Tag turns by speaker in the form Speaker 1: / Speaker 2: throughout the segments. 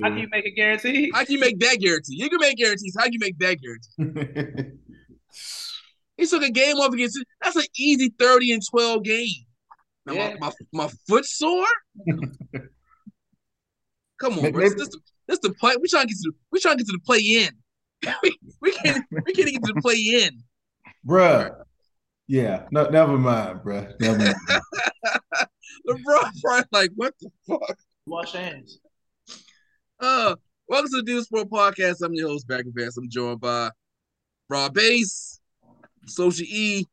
Speaker 1: How do you make a guarantee?
Speaker 2: How can you make that guarantee? You can make guarantees. How can you make that guarantee? He took a game off against. That's an easy thirty and twelve game. Now,
Speaker 1: Yeah.
Speaker 2: my, my my foot sore. Come on,
Speaker 3: Maybe-
Speaker 2: bro. This, this, this the play. We trying to get to. We trying to get to the play in. we, we can't. We can't get to the play in.
Speaker 3: Bruh. Yeah. No, never mind, bruh. Never mind.
Speaker 2: LeBron probably like what the fuck.
Speaker 1: Wash hands.
Speaker 2: Uh, welcome to the Dude Sport Podcast. I'm your host, Backer Vance. I'm joined by Rob Base, Social E,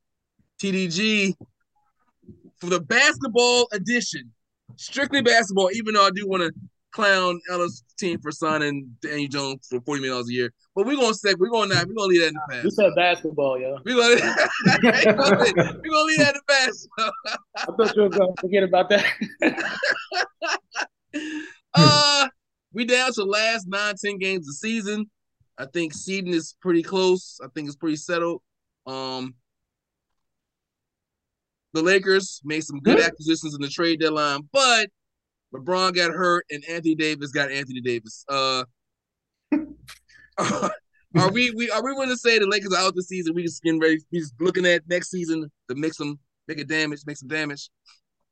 Speaker 2: TDG for the basketball edition. Strictly basketball, even though I do want to clown Ellis' team for signing Daniel Jones for $40 million a year. But we're going to sec, we're going to not, we're going to leave that in the
Speaker 1: You
Speaker 2: past.
Speaker 1: said basketball, yo.
Speaker 2: We're going to we're gonna leave that in the past.
Speaker 1: I thought you were gonna forget about that.
Speaker 2: uh, we down to the last nine, ten games of the season. I think seeding is pretty close. I think it's pretty settled. Um, the Lakers made some good acquisitions in the trade deadline, but LeBron got hurt and Anthony Davis got Anthony Davis. Uh, are we we are we willing to say the Lakers are out this season? We just getting ready. We just looking at next season to make some make it damage, make some damage.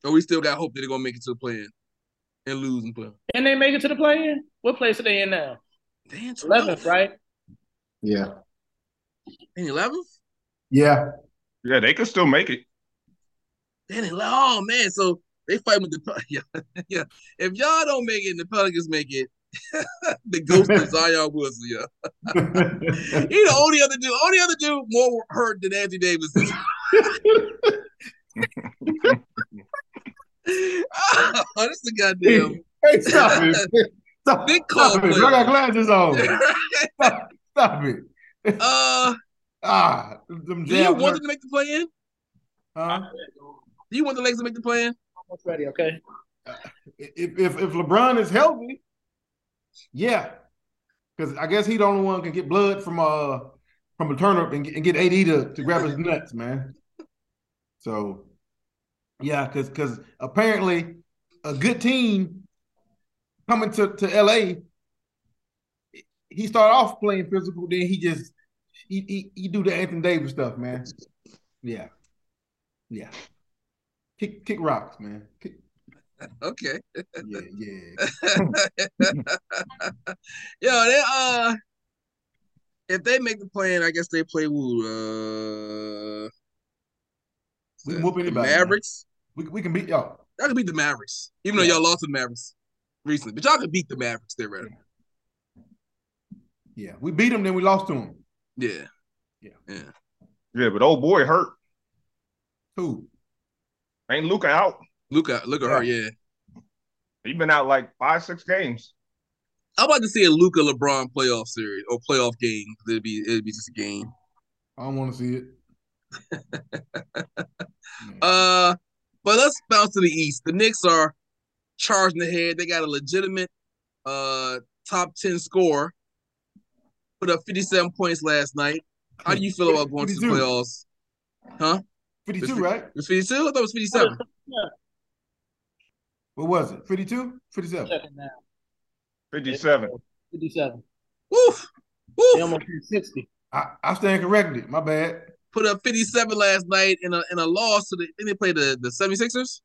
Speaker 2: Or we still got hope that they're gonna make it to the play in and lose and play.
Speaker 1: And they make it to the play in? What place are they in now?
Speaker 2: Damn,
Speaker 1: 11th, right?
Speaker 3: yeah.
Speaker 2: And 11?
Speaker 3: Yeah.
Speaker 4: Yeah, they could still make it.
Speaker 2: Then ele- oh man, so they fight with the Pel- yeah, yeah. If y'all don't make it, and the Pelicans make it. the ghost of Zion Wilson, yeah. He the only other dude, only other dude more hurt than Anthony Davis. is. oh, this is a goddamn
Speaker 3: hey, stop it. Stop,
Speaker 2: Big
Speaker 3: stop
Speaker 2: call,
Speaker 3: it. Bro, I got glasses on. Stop it.
Speaker 2: uh,
Speaker 3: Ah, them
Speaker 2: do you
Speaker 3: jabs
Speaker 2: want
Speaker 3: hurt,
Speaker 2: them to make the play in?
Speaker 3: huh?
Speaker 2: Do you want the Lakers to make the play in?
Speaker 1: Almost ready, okay?
Speaker 3: if if if LeBron is healthy, yeah, because I guess he the only one can get blood from uh from a turnip and get, and get AD to, to grab his nuts, man. So, yeah, because because apparently a good team coming to to LA, he started off playing physical, then he just he he, he do the Anthony Davis stuff, man. Yeah, yeah. Kick kick rocks, man. Kick,
Speaker 2: Okay.
Speaker 3: yeah, yeah.
Speaker 2: Yo, they uh if they make the plan, I guess they play who uh
Speaker 3: We can whoop
Speaker 2: the
Speaker 3: anybody, man.
Speaker 2: Mavericks.
Speaker 3: We, we can beat y'all.
Speaker 2: Y'all could beat the Mavericks, even
Speaker 3: Yeah.
Speaker 2: though y'all lost to the Mavericks recently. But y'all could beat the Mavericks theoretically.
Speaker 3: Yeah, we beat them, then we lost to them.
Speaker 2: Yeah.
Speaker 4: Yeah, but old boy hurt.
Speaker 3: Who?
Speaker 4: Ain't Luca out?
Speaker 2: Look at look at her, yeah.
Speaker 4: He been out like five, six games.
Speaker 2: I'm about to see a Luca LeBron playoff series or playoff game. It'd be it'd be just a game.
Speaker 3: I don't want to see it.
Speaker 2: Uh, but let's bounce to the East. The Knicks are charging ahead. They got a legitimate uh top ten scorer. Put up fifty seven points last night. How do you feel about going to the
Speaker 3: 52.
Speaker 2: playoffs?
Speaker 3: Fifty-two, right?
Speaker 2: It was fifty two. I thought it was fifty seven.
Speaker 3: What was it? 52? 57.
Speaker 1: Checking now.
Speaker 4: 57.
Speaker 1: 57.
Speaker 2: Woof,
Speaker 1: They
Speaker 2: woof.
Speaker 1: almost hit 60.
Speaker 3: I, I stand corrected. My bad.
Speaker 2: Put up fifty seven last night in a in a loss to the. Then they played the the 76ers?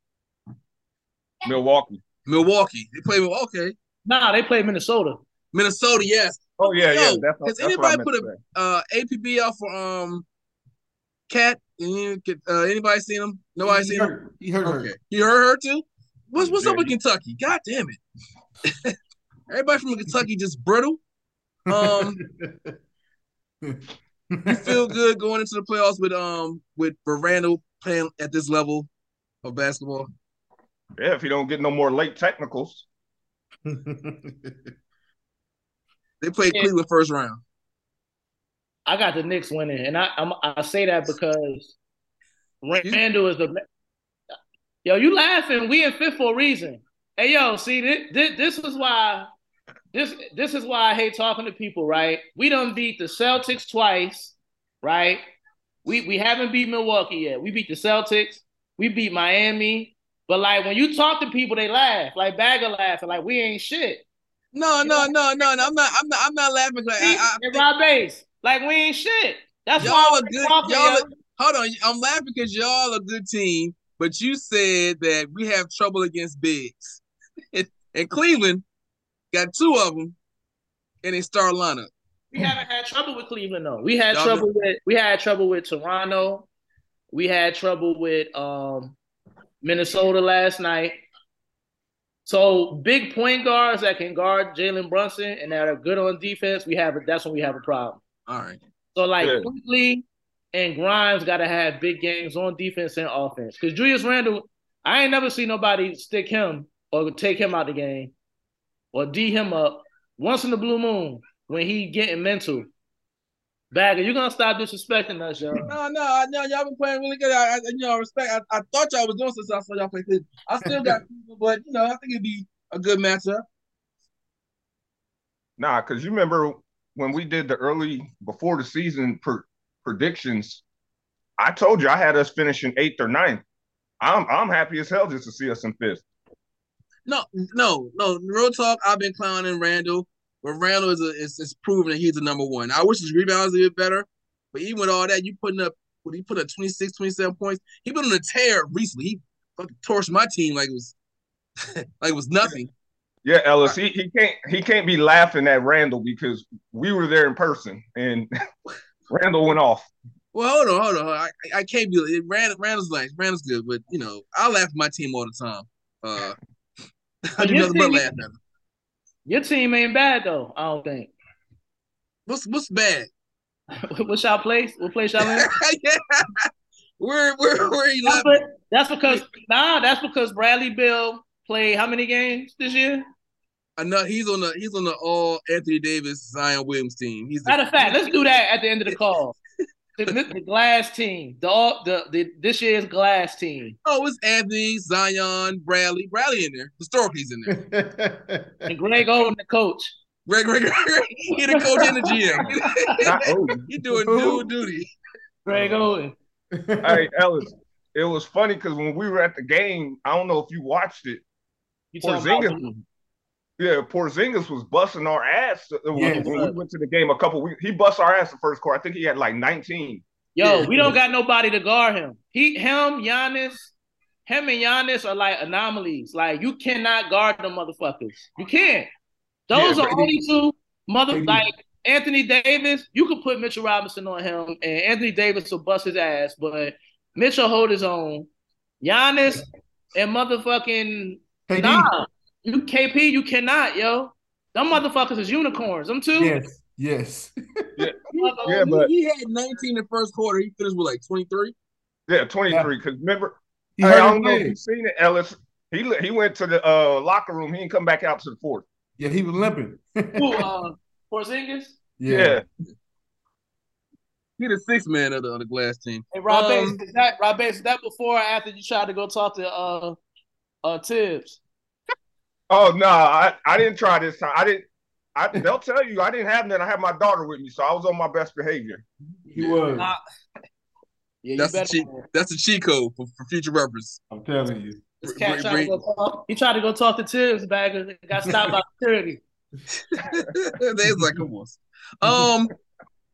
Speaker 4: Milwaukee.
Speaker 2: Milwaukee. They played okay.
Speaker 1: Nah, they played Minnesota.
Speaker 2: Minnesota. Yes.
Speaker 4: Oh, yeah, yeah.
Speaker 2: Yo,
Speaker 4: That's,
Speaker 2: has
Speaker 4: that's what I
Speaker 2: anybody
Speaker 4: meant
Speaker 2: put
Speaker 4: to
Speaker 2: a- Uh, APB out for um. Cat. Any- Uh, anybody seen him? Nobody
Speaker 3: he
Speaker 2: seen him.
Speaker 3: hurt. He hurt.
Speaker 2: Okay.
Speaker 3: hurt.
Speaker 2: You heard her too? What's what's up with
Speaker 4: Dirty.
Speaker 2: Kentucky? God damn it. Everybody from Kentucky just brittle. Um, you feel good going into the playoffs with um with Verano playing at this level of basketball.
Speaker 4: say. Yeah, if he don't get no more late technicals.
Speaker 2: They played
Speaker 1: Yeah.
Speaker 2: Cleveland first round.
Speaker 1: I got the Knicks winning, and I I'm, I say that because Randall is the yo. You laughing? We in fifth for a reason. Hey yo, see this, this this is why this this is why I hate talking to people. Right? We done beat the Celtics twice. Right? We we haven't beat Milwaukee yet. We beat the Celtics. We beat Miami. But like when you talk to people, they laugh. Like Bagger laughing. Like we ain't shit.
Speaker 2: No, no, no, no, no. I'm not. I'm not. I'm not laughing. Like,
Speaker 1: See,
Speaker 2: I,
Speaker 1: in my base, like we ain't shit.
Speaker 2: I,
Speaker 1: That's why
Speaker 2: y'all
Speaker 1: I'm
Speaker 2: are good.
Speaker 1: proper,
Speaker 2: Y'all,
Speaker 1: yo.
Speaker 2: are, hold on. I'm laughing because y'all a good team, but you said that we have trouble against bigs, and, and Cleveland got two of them in a star lineup.
Speaker 1: We haven't had trouble with Cleveland though. We had
Speaker 2: Y'all
Speaker 1: trouble with we had trouble with Toronto. We had trouble with um, Minnesota last night. So big point guards that can guard Jalen Brunson and that are good on defense, we have that's when we have a problem.
Speaker 2: All right.
Speaker 1: So like
Speaker 4: Yeah.
Speaker 1: quickly and Grimes got to have big games on defense and offense because Julius Randle, I ain't never seen nobody stick him or take him out the game or d him up once in the blue moon when he getting mental. Bagger, you gonna stop disrespecting us, yo?
Speaker 2: No, no, I know y'all been playing really good. I, I you know, I respect. I, I thought y'all was doing since I saw y'all play this. I still got, people, but you know, I think it'd be a good matchup.
Speaker 4: Nah, because you remember when we did the early before the season per, predictions, I told you I had us finishing eighth or ninth. I'm I'm happy as hell just to see us in fifth.
Speaker 2: No, no, no. Real talk. I've been clowning Randall, but Randall is a, is, is proven that he's the number one. I wish his rebounds a bit better, but even with all that, you putting up when he put up 26, 27 points, he been on a tear recently. He fucking torched my team like it was like it was nothing.
Speaker 4: Yeah, Ellis, he, he can't he can't be laughing at Randall because we were there in person and Randall went off.
Speaker 2: Well, hold on, hold on. hold on. I, I can't be. It ran, Randall's nice. Randall's good, but you know, I laugh at my team all the time. Uh, I
Speaker 1: But
Speaker 2: do
Speaker 1: you
Speaker 2: nothing but
Speaker 1: think-
Speaker 2: laugh at them.
Speaker 1: Your team ain't bad though. I don't think.
Speaker 2: What's what's bad?
Speaker 1: What's y'all place? What place y'all in?
Speaker 2: yeah. Where where where you
Speaker 1: That's,
Speaker 2: laughing?
Speaker 1: be- that's because nah. That's because Bradley Bill played how many games this year?
Speaker 2: I know he's on the he's on the all Anthony Davis Zion Williams team. He's the,
Speaker 1: Matter of fact, let's do that at the end of the call. The, the glass team, the, all- the the this year's glass team,
Speaker 2: oh, it's Anthony Zion Bradley Bradley in there. Historically, he's in there.
Speaker 1: and Greg Oden, the coach.
Speaker 2: Greg Greg, Greg, Greg. he the coach and the GM.
Speaker 4: Not old.
Speaker 2: he doing dual duty.
Speaker 1: Greg Oden.
Speaker 4: hey, Ellis, it was funny because when we were at the game, I don't know if you watched it.
Speaker 1: You
Speaker 4: Porzingis, yeah, Porzingis was busting our ass when,
Speaker 3: Yes.
Speaker 4: when we went to the game a couple weeks. He bust our ass the first quarter. I think he had like 19.
Speaker 1: Yo,
Speaker 2: Yeah.
Speaker 1: we don't got nobody to guard him. He, him, Giannis, him and Giannis are like anomalies. Like you cannot guard them motherfuckers. You can't. Those
Speaker 4: Yeah,
Speaker 1: are only two mother
Speaker 3: Brady-
Speaker 1: like Anthony Davis. You could put Mitchell Robinson on him, and Anthony Davis will bust his ass. But Mitchell hold his own. Giannis and motherfucking
Speaker 3: KD.
Speaker 1: nah, you KP, you cannot, yo. Them motherfuckers is unicorns. Them two.
Speaker 3: Yes, yes.
Speaker 1: Motherfuckers-
Speaker 4: Yeah, but-
Speaker 2: he had 19 in the first quarter. He finished with like 23.
Speaker 4: Yeah, 23. Because remember,
Speaker 3: He
Speaker 4: hey, I
Speaker 3: hurt his
Speaker 4: don't know if
Speaker 3: leg.
Speaker 4: you've seen it, Ellis. He li- he went to the uh, locker room. He didn't come back out to the fourth.
Speaker 3: Yeah, he was limping.
Speaker 1: Who, uh, Porzingis
Speaker 4: Yeah.
Speaker 2: He the sixth man of the, of the glass team.
Speaker 1: and Rob
Speaker 2: Um,
Speaker 1: Bass. Is that Rob Bass? Is that before or after you tried to go talk to uh, uh Tibbs?
Speaker 4: Oh no, I, I didn't try this time. I didn't. I, they'll tell you I didn't have that. I had my daughter with me, so I was on my best behavior.
Speaker 3: He was.
Speaker 1: Nah. Yeah, you
Speaker 2: That's the
Speaker 1: better.
Speaker 2: cheat. That's a cheat code for, for future reference.
Speaker 3: I'm telling you.
Speaker 1: This cat
Speaker 2: Bring-
Speaker 1: tried to go talk- He tried to go talk to Tibbs Bagger. and Got stopped by security.
Speaker 2: they was like, come on. Um,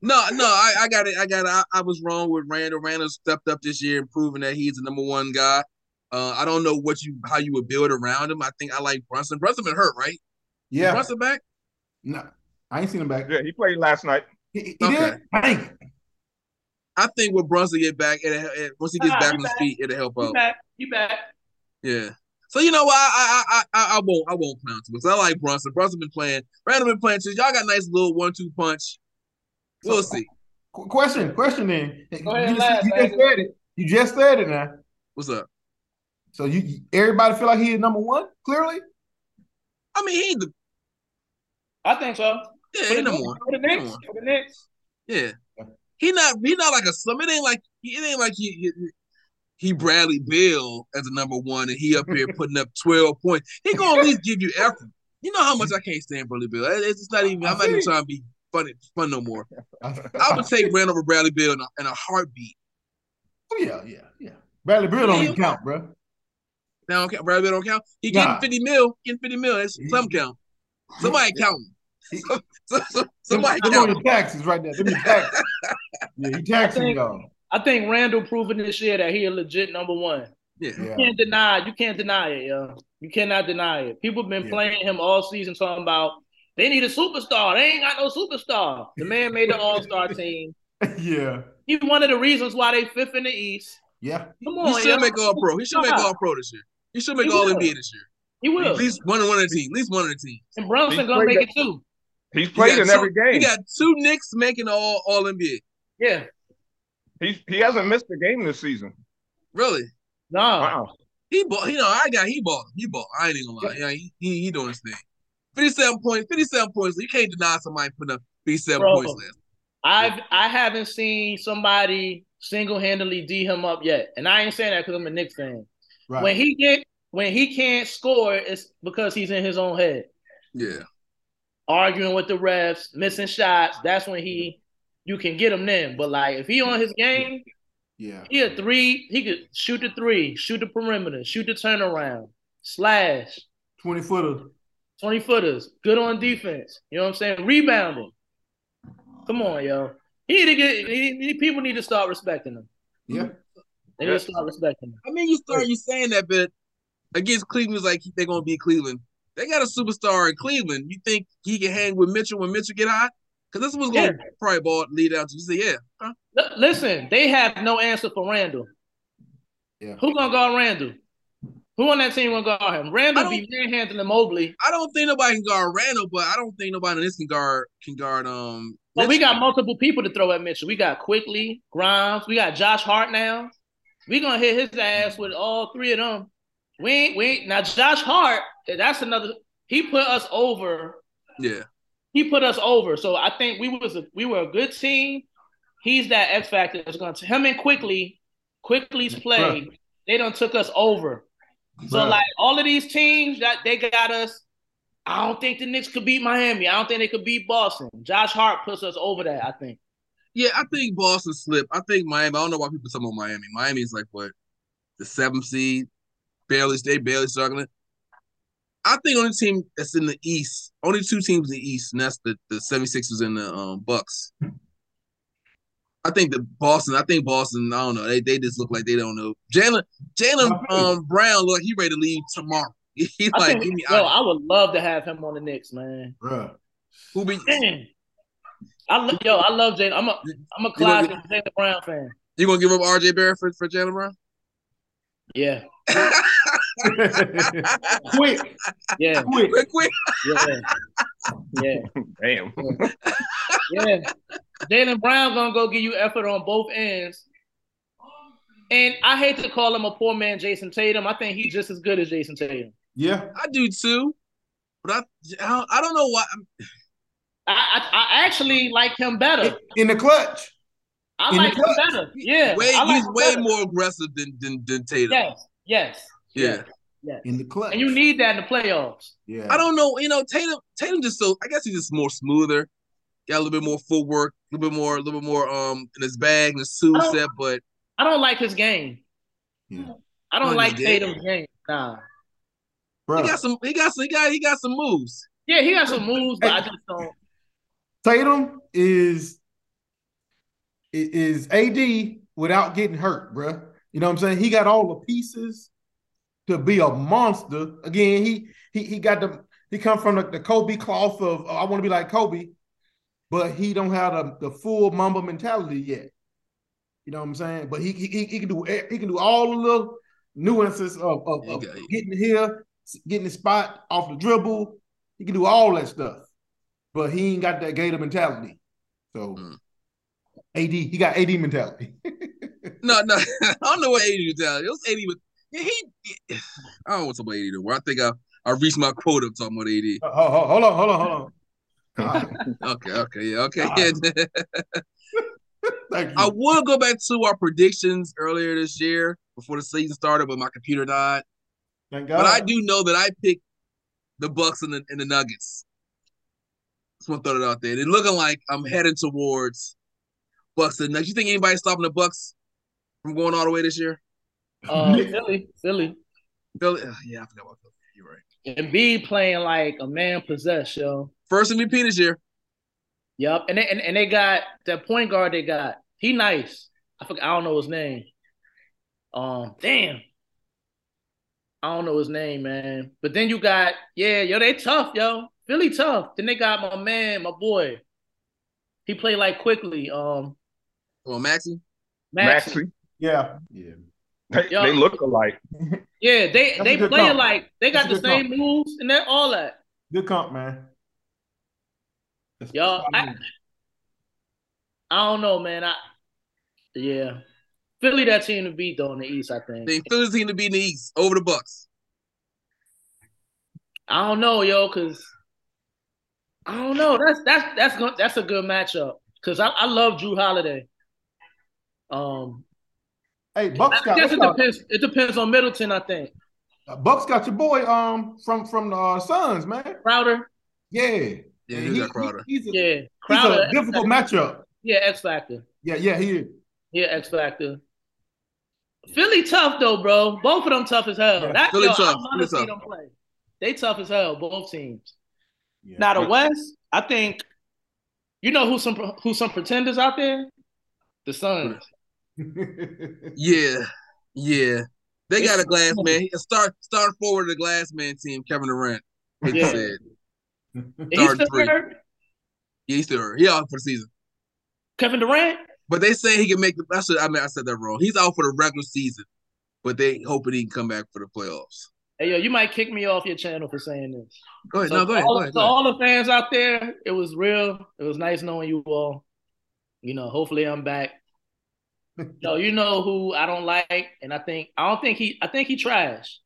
Speaker 2: no, no, I, I got it. I got it. I, I was wrong with Randall. Randall stepped up this year and proven that he's the number one guy. Uh, I don't know what you how you would build around him. I think I like Brunson. Brunson been hurt, right?
Speaker 3: Yeah.
Speaker 2: Brunson back.
Speaker 3: No, I ain't seen him back.
Speaker 4: Yeah, he played last night.
Speaker 3: He, he
Speaker 2: Okay.
Speaker 3: did. Hey,
Speaker 2: I think when Brunson get back, it, it once he gets
Speaker 1: Nah,
Speaker 2: back
Speaker 1: he
Speaker 2: on his
Speaker 1: back.
Speaker 2: feet, it'll help
Speaker 1: You
Speaker 2: out.
Speaker 1: back? You back?
Speaker 2: Yeah. So you know what? I I I I, I won't I won't clown too much. I like Brunson. Brunson been playing. Randall been playing too. Y'all got nice little one two punch. We'll
Speaker 3: So-
Speaker 2: see.
Speaker 3: qu- question, question. Then
Speaker 1: Go ahead
Speaker 3: you,
Speaker 1: and laugh,
Speaker 3: you just
Speaker 1: baby.
Speaker 3: said it. You just said it now.
Speaker 2: What's up?
Speaker 3: So you, you- everybody feel like he is number one. Clearly,
Speaker 2: I mean, he the
Speaker 1: I think so.
Speaker 2: yeah,
Speaker 1: For
Speaker 2: he
Speaker 1: the,
Speaker 2: number
Speaker 1: Knicks-
Speaker 2: one.
Speaker 1: for the
Speaker 2: Come
Speaker 1: Knicks,
Speaker 2: on.
Speaker 1: for the Knicks.
Speaker 2: Yeah. He not he not like a slim. It ain't like he it ain't like he he, he Bradley Bill as a number one and he up here putting up twelve points. He gonna at least give you effort. You know how much I can't stand Bradley Bill. It- It's not even. I'm not even trying to be funny fun no more. I would take Randall over Bradley Bill in a, in a heartbeat.
Speaker 3: Oh, yeah, yeah, yeah. Bradley Beal don't even count, bro.
Speaker 2: Now okay, Bradley Bill don't count. He getting
Speaker 3: Nah.
Speaker 2: fifty mil. Getting fifty mil. That's
Speaker 3: He-
Speaker 2: some count. Somebody count.
Speaker 3: He-
Speaker 2: So- so- so-
Speaker 3: Them-
Speaker 2: Somebody
Speaker 3: them on
Speaker 2: count.
Speaker 3: your taxes right there. Them your taxes. yeah, you taxing
Speaker 1: think-
Speaker 3: y'all.
Speaker 1: I think Randall proven this year that he a legit number one.
Speaker 2: Yeah.
Speaker 3: Yeah.
Speaker 1: Can't deny it. You can't deny it, yo. You cannot deny it. People been
Speaker 3: Yeah.
Speaker 1: playing him all season talking about they need a superstar. They ain't got no superstar. The man made the All Star team.
Speaker 3: yeah.
Speaker 1: He's one of the reasons why they fifth in the East.
Speaker 3: Yeah.
Speaker 1: Come
Speaker 2: He
Speaker 1: on, yo.
Speaker 2: should make all pro. He should make all pro this year. He should make
Speaker 1: He
Speaker 2: all
Speaker 1: will.
Speaker 2: NBA this year.
Speaker 1: he will.
Speaker 2: At least one of one of the team. At least one of the team.
Speaker 1: and Brunson
Speaker 4: He's
Speaker 1: gonna
Speaker 4: played
Speaker 1: make it too.
Speaker 4: He's
Speaker 2: You got
Speaker 4: played in
Speaker 2: two-
Speaker 4: every
Speaker 2: You
Speaker 4: game.
Speaker 2: got two Knicks making all all NBA.
Speaker 1: Yeah.
Speaker 4: He's, he hasn't missed a game this season. Uh-uh.
Speaker 2: Really?
Speaker 1: Nah.
Speaker 4: Wow.
Speaker 2: He bought. You know, I got. He bought. He bought. I ain't even gonna lie. Yeah, he he, he doing his thing. Fifty-seven points. Fifty-seven points. You can't deny somebody putting up fifty-seven
Speaker 1: Bro.
Speaker 2: points last.
Speaker 1: I've I haven't seen somebody single handedly D him up yet. And I ain't saying that because I'm a Knicks fan.
Speaker 3: Right.
Speaker 1: When he get when he can't score, it's because he's in his own head.
Speaker 2: Yeah.
Speaker 1: arguing with the refs, missing shots. That's when he you can get him then. But like if he on his game,
Speaker 3: yeah.
Speaker 1: he a three, he could shoot the three, shoot the perimeter, shoot the turnaround, slash,
Speaker 3: 20 footer.
Speaker 1: 20 footers, good on defense. You know what I'm saying? Rebounding. Come on, yo. He need to get he, he- people need to start respecting him.
Speaker 3: Yeah.
Speaker 1: They need to start respecting him.
Speaker 2: I mean, you start. You saying that, but against Cleveland, it's like they're gonna be Cleveland. They got a superstar in Cleveland. You think he can hang with Mitchell when Mitchell get hot? Because this was gonna probably ball lead out. to. You say, yeah. Huh?
Speaker 1: L- listen, they have no answer for Randall.
Speaker 3: Yeah.
Speaker 1: Who gonna guard Randall? Who on that team gonna guard him? Randall
Speaker 2: I
Speaker 1: be manhandling Mobley.
Speaker 2: I don't think nobody can guard Randall, but I don't think nobody in this can guard can guard um.
Speaker 1: But we
Speaker 2: Mitchell.
Speaker 1: got multiple people to throw at Mitchell. We got Quickly, Grimes. We got Josh Hart now. We're gonna hit his ass with all three of them. We ain't, we ain't, now Josh Hart. That's another. He put us over.
Speaker 2: yeah.
Speaker 1: He put us over. So I think we was a, we were a good team. He's that X factor that's going to him and quickly, quickly's play. They done took us over. So
Speaker 3: Bruh.
Speaker 1: like all of these teams that they got us, I don't think the Knicks could beat Miami. I don't think they could beat Boston. Josh Hart puts us over that. I think.
Speaker 2: Yeah, I think Boston slipped. I think Miami. I don't know why people talk about Miami. Miami is like what the seventh seed, barely they barely struggling. I think only team that's in the East, only two teams in the East, and that's the the 76ers and the um, Bucks. I think the Boston. I think Boston. I don't know. They they just look like they don't know. Jalen Jalen um, Brown look like he ready to leave tomorrow. He
Speaker 1: I
Speaker 2: like
Speaker 1: think-
Speaker 2: give me
Speaker 1: yo,
Speaker 2: out.
Speaker 1: I would love to have him on the Knicks, man.
Speaker 3: Bruh.
Speaker 2: Who be
Speaker 1: Damn. I lo- yo, I love Jalen. I'm a I'm a
Speaker 2: gonna
Speaker 1: closet Jalen Brown fan.
Speaker 2: you gonna give up R.J. Barrett for for Jalen Brown?
Speaker 1: Yeah,
Speaker 3: Quick.
Speaker 1: yeah,
Speaker 3: Quick.
Speaker 2: quick, quick.
Speaker 1: yeah, yeah,
Speaker 4: Damn.
Speaker 1: yeah. Jalen Brown gonna go give you effort on both ends. And I hate to call him a poor man, Jason Tatum. I think he's just as good as Jason Tatum.
Speaker 3: Yeah.
Speaker 2: I do too, but I I don't, I don't know why.
Speaker 1: I, I, I actually like him
Speaker 3: In,
Speaker 1: better.
Speaker 3: in the clutch.
Speaker 1: I
Speaker 3: In the
Speaker 1: like him
Speaker 3: clutch.
Speaker 1: better. Yeah,
Speaker 2: way,
Speaker 1: I like
Speaker 2: he's
Speaker 1: him
Speaker 2: way
Speaker 1: better.
Speaker 2: more aggressive than than, than Tatum.
Speaker 1: Yes, yes,
Speaker 2: Yeah.
Speaker 1: yes.
Speaker 3: In the clutch.
Speaker 1: And you need that in the playoffs.
Speaker 3: Yeah.
Speaker 2: I don't know. You know, Tatum Tatum just so I guess he's just more smoother. Got a little bit more footwork, a little bit more, a little bit more um in his bag and his two
Speaker 1: I don't-
Speaker 2: set. But
Speaker 1: I don't like his game.
Speaker 3: Yeah.
Speaker 1: I don't
Speaker 2: Oh,
Speaker 1: like
Speaker 2: he did?
Speaker 1: Tatum's game. Nah.
Speaker 3: Bruh.
Speaker 2: he got some, he got some, he got he got some moves.
Speaker 1: Yeah, he got some moves, but I just don't.
Speaker 3: Tatum is i- is AD without getting hurt, bruh. You know what I'm saying? He got all the pieces to be a monster. Again, he he he got the he come from the, the Kobe cloth of oh, I want to be like Kobe, but he don't have the, the full Mamba mentality yet. You know what I'm saying? But he he, he- he can do e- he can do all the little nuances of, of, of
Speaker 2: Okay.
Speaker 3: getting here, s- getting the spot off the dribble. He can do all that stuff, but he ain't got that Gator mentality. So
Speaker 2: Mm.
Speaker 3: AD, he got AD mentality.
Speaker 2: No, no, I don't know what eighty was down. It was eighty, but yeah, he. I don't want to talk about eighty no more. I think I I reached my quota of talking about eighty.
Speaker 3: Oh, oh, oh, hold on, hold on, hold on. Ah,
Speaker 2: Okay, okay, yeah, okay.
Speaker 3: thank you.
Speaker 2: I would go back to our predictions earlier this year before the season started, but my computer died.
Speaker 3: Thank God.
Speaker 2: But I do know that I picked the Bucks and the, and the Nuggets. Just want to throw it out there. They're looking like I'm heading towards Bucks and Nuggets. You think anybody's stopping the Bucks from going all the way this year?
Speaker 1: Uh, Philly, Philly.
Speaker 2: Philly? Oh, yeah, I forgot about Philly. You're right.
Speaker 1: Embiid playing like a man possessed, yo.
Speaker 2: First MVP this year.
Speaker 1: Yep, and they, and, and they got that point guard they got. He nice. I forgot, I don't know his name. Um, damn. I don't know his name, man. But then you got, yeah, yo, they tough, yo. Really tough. Then they got my man, my boy. He played like quickly. Um
Speaker 2: Well, Maxi.
Speaker 1: Maxey.
Speaker 4: Maxi.
Speaker 3: Yeah. Yeah.
Speaker 4: They,
Speaker 1: Yo.
Speaker 4: they look alike.
Speaker 1: Yeah, they
Speaker 3: That's a
Speaker 1: they
Speaker 3: good
Speaker 1: play
Speaker 3: comp.
Speaker 1: like they got
Speaker 3: That's a
Speaker 1: the
Speaker 3: good
Speaker 1: same moves and that all that.
Speaker 3: Good comp, man. That's-
Speaker 1: Yo, I- I don't know, man. I yeah. Philly that team to beat though in the East, I think.
Speaker 2: They Philly's team to be in the East over the Bucks.
Speaker 1: I don't know, yo, cause I don't know. That's that's that's go- that's a good matchup. Cause I, I love Drew Holiday. Um
Speaker 3: hey, Bucks
Speaker 1: I
Speaker 3: got
Speaker 1: guess it depends it depends on Middleton, I think.
Speaker 3: Bucks got your boy um from from the uh, Suns, man.
Speaker 1: Crowder,
Speaker 3: Yeah.
Speaker 2: Yeah,
Speaker 3: And
Speaker 2: who's
Speaker 3: he-
Speaker 2: that Crowder?
Speaker 3: he- He's a,
Speaker 1: yeah.
Speaker 3: he's
Speaker 1: Crowder
Speaker 3: a difficult matchup.
Speaker 1: yeah, X Factor.
Speaker 3: Yeah, yeah, he is.
Speaker 1: Yeah, X Factor. Philly tough though, bro. Both of them tough as hell.
Speaker 3: Yeah,
Speaker 1: That's
Speaker 2: Philly
Speaker 1: yo, I
Speaker 2: tough,
Speaker 1: wanna
Speaker 2: Philly
Speaker 1: see
Speaker 2: tough.
Speaker 1: them play. They tough as hell, both teams.
Speaker 3: Yeah.
Speaker 1: Now the West, I think you know who some who some pretenders out there? The Suns.
Speaker 2: Yeah. Yeah. They got a glass man. A Start start forward of the glass man team, Kevin Durant. Like you
Speaker 1: Yeah.
Speaker 2: said.
Speaker 1: Is he
Speaker 2: Third
Speaker 1: still
Speaker 2: three.
Speaker 1: there?
Speaker 2: Yeah, he's still hurt. He out for the season.
Speaker 1: Kevin Durant?
Speaker 2: But they say he can make the I should I mean I said that wrong. He's out for the regular season. But they hoping he can come back for the playoffs.
Speaker 1: Hey yo, you might kick me off your channel for saying this.
Speaker 2: Go ahead.
Speaker 1: So
Speaker 2: No, go
Speaker 1: to
Speaker 2: ahead.
Speaker 1: all,
Speaker 2: Go ahead.
Speaker 1: to
Speaker 2: Go ahead.
Speaker 1: all the fans out there, it was real. It was nice knowing you all. You know, hopefully I'm back. no, you know who I don't like, and I think I don't think he I think he trash.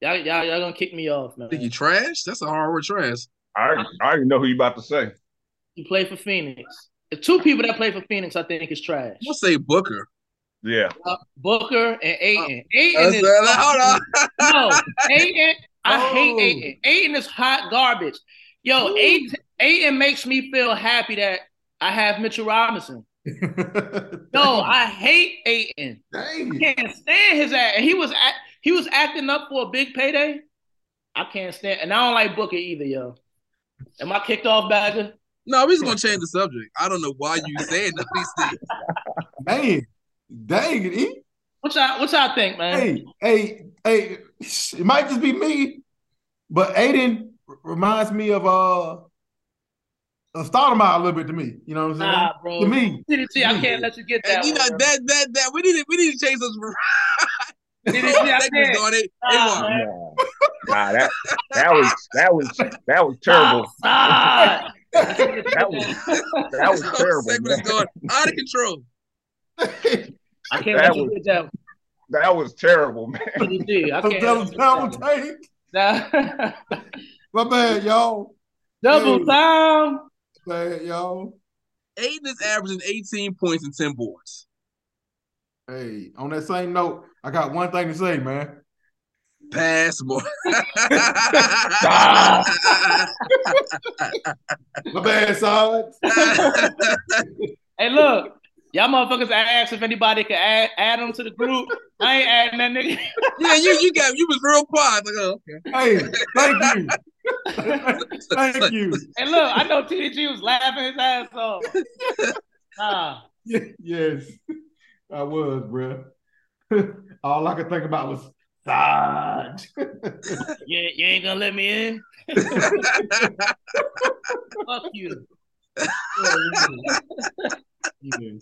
Speaker 1: Y'all y'all, y'all gonna kick me off, man.
Speaker 2: Think he trash? That's a hard word trash.
Speaker 4: I I already know who you about to say.
Speaker 1: He played for Phoenix. The two people that play for Phoenix, I think, is trash.
Speaker 2: I'm gonna say Booker.
Speaker 4: Yeah.
Speaker 1: Uh, Booker and Aiden.
Speaker 2: I
Speaker 1: Aiden is
Speaker 2: said, hold on.
Speaker 1: no Aiden. I
Speaker 3: Oh.
Speaker 1: hate Aiden. Aiden is hot garbage. Yo, Aiden, Aiden makes me feel happy that I have Mitchell Robinson. No, I hate Aiden.
Speaker 3: Dang it.
Speaker 1: Can't stand his ass. And he was act, he was acting up for a big payday. I can't stand, and I don't like Booker either, yo. Am I kicked off, Badger?
Speaker 2: No, we just gonna change the subject. I don't know why you saying all these things.
Speaker 3: Dang. Dang it. E.
Speaker 1: What y'all, what y'all think, man?
Speaker 3: Hey, hey, hey, it might just be me, but Aiden r- reminds me of uh of Stoudemire a little bit to me. You know what I'm saying?
Speaker 1: Nah, bro.
Speaker 3: to me.
Speaker 1: TDT, I can't let you get that.
Speaker 2: And you know
Speaker 1: one, bro.
Speaker 2: that that that we need to we need to change those.
Speaker 1: TDT, I
Speaker 2: Lakers
Speaker 1: can't.
Speaker 2: doing it. They
Speaker 1: Nah,
Speaker 2: won.
Speaker 1: man.
Speaker 4: Nah, Nah, that that was that was that was terrible.
Speaker 1: Ah,
Speaker 4: That was that was
Speaker 2: This whole
Speaker 4: terrible.
Speaker 2: segment
Speaker 4: man.
Speaker 2: is going out of control.
Speaker 1: I can't
Speaker 4: That
Speaker 1: let you
Speaker 4: was-
Speaker 1: get that.
Speaker 4: That was terrible, man.
Speaker 1: TDT, I can't.
Speaker 3: that was
Speaker 1: let
Speaker 3: double
Speaker 1: you get
Speaker 3: take.
Speaker 1: that. Nah.
Speaker 3: My bad, y'all.
Speaker 1: Double
Speaker 3: Dude.
Speaker 1: time.
Speaker 3: My bad, y'all.
Speaker 2: Aiden is averaging 18 points and 10 boards.
Speaker 3: Hey, on that same note, I got one thing to say, man.
Speaker 2: Pass more.
Speaker 3: Ah. My bad, sides.
Speaker 1: Hey, look, y'all motherfuckers. I asked if anybody could add add him to the group. I ain't adding that nigga.
Speaker 2: yeah, you you got you was real quiet. Like, oh, okay.
Speaker 3: Hey, thank you. thank you.
Speaker 1: Hey, look, I know TDG was laughing his ass off. Nah,
Speaker 3: Yes, I was, bruh. All I could think about was sides.
Speaker 1: you, you ain't gonna let me in. Fuck you.
Speaker 3: Yes.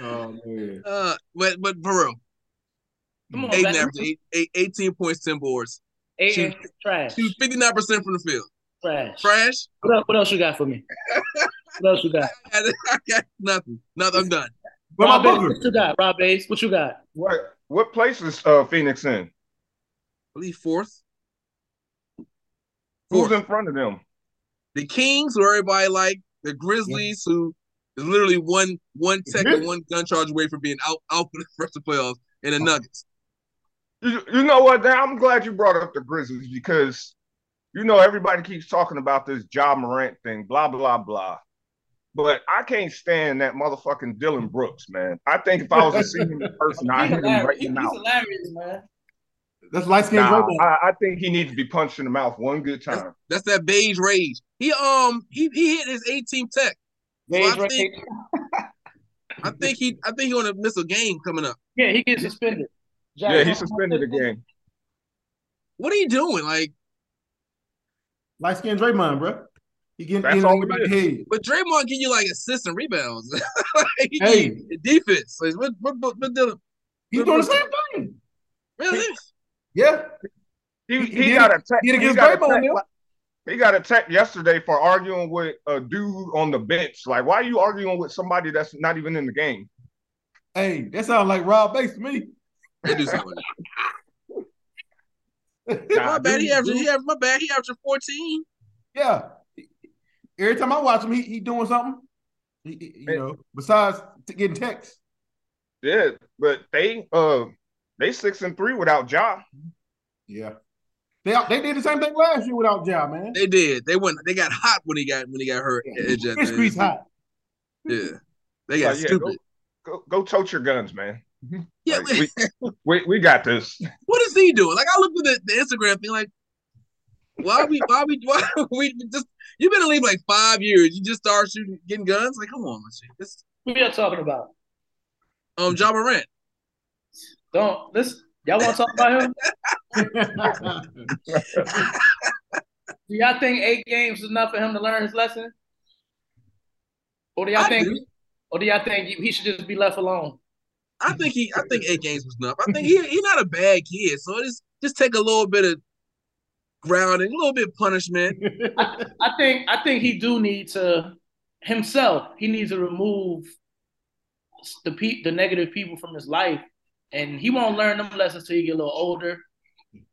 Speaker 3: Oh man.
Speaker 2: uh, but but for real,
Speaker 3: Oh,
Speaker 1: Come on,
Speaker 2: Aiden
Speaker 1: man.
Speaker 2: averaging eight, eight, 18 points, 10 boards.
Speaker 1: Aiden, trash,
Speaker 2: Shoot 59 percent from the field.
Speaker 1: trash.
Speaker 2: Trash.
Speaker 1: What else, what else you got for me? What else you got?
Speaker 2: I got nothing. Nothing. I'm done.
Speaker 3: But my
Speaker 1: Rob Bass,
Speaker 3: brother,
Speaker 1: what you got, Rob Bass? What you got?
Speaker 4: What what place is uh, Phoenix in?
Speaker 2: I believe fourth.
Speaker 4: Who's
Speaker 2: Fourth.
Speaker 4: in front of them?
Speaker 2: The Kings, where everybody like the Grizzlies, who is literally one one tech and one gun charge away from being out out for the rest of the playoffs, and the Nuggets.
Speaker 4: You, you know what? Now, I'm glad you brought up the Grizzlies because you know everybody keeps talking about this Ja Morant thing, blah blah blah. But I can't stand that motherfucking Dylan Brooks, man. I think if I was to see him in person, I'd
Speaker 1: He's
Speaker 4: hit him
Speaker 1: hilarious.
Speaker 4: right
Speaker 1: He's
Speaker 4: in the mouth.
Speaker 1: hilarious, man.
Speaker 3: That's light skinned
Speaker 4: Nah,
Speaker 3: Draymond.
Speaker 4: I, I think he needs to be punched in the mouth one good time.
Speaker 2: That's that beige rage. He um he, he hit his 18th tech.
Speaker 1: Days
Speaker 2: I
Speaker 1: right-
Speaker 2: think- I think he I think he gonna miss a game coming up.
Speaker 1: yeah, he gets suspended. Jack,
Speaker 4: Yeah, he suspended again.
Speaker 2: What are you doing? Like,
Speaker 3: Light skinned Draymond, bro. He getting
Speaker 4: That's
Speaker 3: in
Speaker 4: all
Speaker 3: everybody's
Speaker 4: it
Speaker 3: head.
Speaker 2: but Draymond give you like assists and rebounds. like, he
Speaker 3: Hey.
Speaker 2: give you defense. Like, what what what, what Dylan?
Speaker 3: He's doing the same thing.
Speaker 2: Really?
Speaker 3: Yeah.
Speaker 4: He,
Speaker 3: He-
Speaker 4: he,
Speaker 3: he did
Speaker 4: got
Speaker 3: it-
Speaker 4: attacked.
Speaker 3: he did against
Speaker 4: got
Speaker 3: Draymond,
Speaker 4: attacked
Speaker 3: yeah.
Speaker 4: li- he got attacked yesterday for arguing with a dude on the bench. Like, why are you arguing with somebody that's not even in the game?
Speaker 3: Hey, that sounds like Rob Bass to me.
Speaker 2: They do something. Like that.
Speaker 4: Nah,
Speaker 2: my bad. He
Speaker 4: dude-
Speaker 2: averaged. He averaged. My bad. He averaged 14.
Speaker 3: Yeah. Every time I watch him, he, he doing something. He- he- you know, besides t- getting texts.
Speaker 4: Yeah, but they uh they six and three without Ja.
Speaker 3: Yeah. They they did the same thing last year without Ja, man.
Speaker 2: They did. They went. They got hot when he got when he got hurt.
Speaker 3: Yeah.
Speaker 2: It just-
Speaker 3: Chris Creed's hot.
Speaker 2: Yeah. They got
Speaker 4: Like, yeah,
Speaker 2: stupid.
Speaker 4: Go go tote your guns, man.
Speaker 2: Yeah.
Speaker 4: Like, we, we we got this.
Speaker 2: what is he doing? Like I looked at the, the Instagram thing, like, why we, why we, why we just? You've been in the league like five years. You just start shooting, getting guns. Like, come on, my shit. This,
Speaker 1: Who y'all talking about?
Speaker 2: um, John Morant.
Speaker 1: Don't listen. Y'all want to talk about him? Do y'all think eight games is enough for him to learn his lesson? Or do y'all
Speaker 2: I
Speaker 1: think?
Speaker 2: do.
Speaker 1: Or do y'all think he should just be left alone?
Speaker 2: I think he, I think eight games was enough. I think he, he's not a bad kid. So just, just take a little bit of grounding, a little bit of punishment.
Speaker 1: I think I think he do need to himself. He needs to remove the pe- the negative people from his life, and he won't learn them lessons till he get a little older.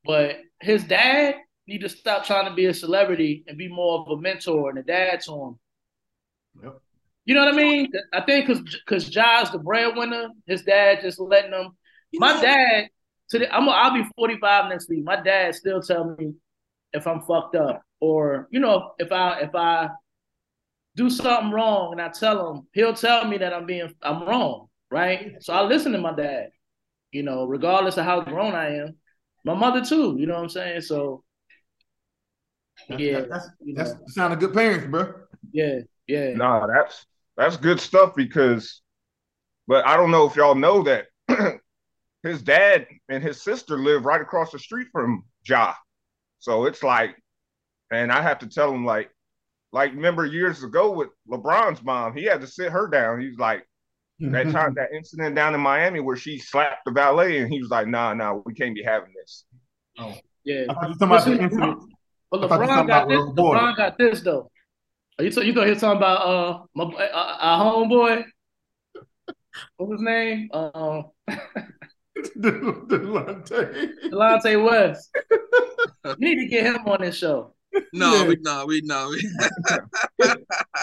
Speaker 1: But his dad need to stop trying to be a celebrity and be more of a mentor and a dad to him.
Speaker 3: Yep.
Speaker 1: You know what I mean? I think because because Ja's the breadwinner, his dad just letting him
Speaker 2: You
Speaker 1: my
Speaker 2: know?
Speaker 1: dad today. I'm I'll be 45 next week. My dad still tell me if I'm fucked up or you know if I if I do something wrong and I tell him, he'll tell me that I'm being I'm wrong, right? So I listen to my dad, you know, regardless of how grown I am. My mother too, you know what I'm saying? So yeah,
Speaker 3: That's,
Speaker 1: you know,
Speaker 3: that's the sound of good parents, bro.
Speaker 1: yeah, yeah.
Speaker 4: Nah, that's that's good stuff because but I don't know if y'all know that his dad and his sister live right across the street from Ja. So it's like and I have to tell him like like remember years ago with LeBron's mom, he had to sit her down. He's like that time that incident down in Miami where she slapped the valet and he was like, nah, nah, we can't be having this.
Speaker 1: yeah.
Speaker 3: I thought you were talking about the
Speaker 1: Listen,
Speaker 3: incident.
Speaker 1: But
Speaker 3: I thought you
Speaker 1: LeBron
Speaker 3: talking
Speaker 1: got
Speaker 3: about
Speaker 1: this.
Speaker 3: Will Gordon.
Speaker 1: LeBron got this though. Are you, t- you thought he was talking about uh my boy- uh, our homeboy? What was his name? Uh,
Speaker 3: Dude, Delonte.
Speaker 1: Delonte West. you need to get him on this show.
Speaker 2: No,
Speaker 3: Yeah.
Speaker 2: we, no, we, no, we,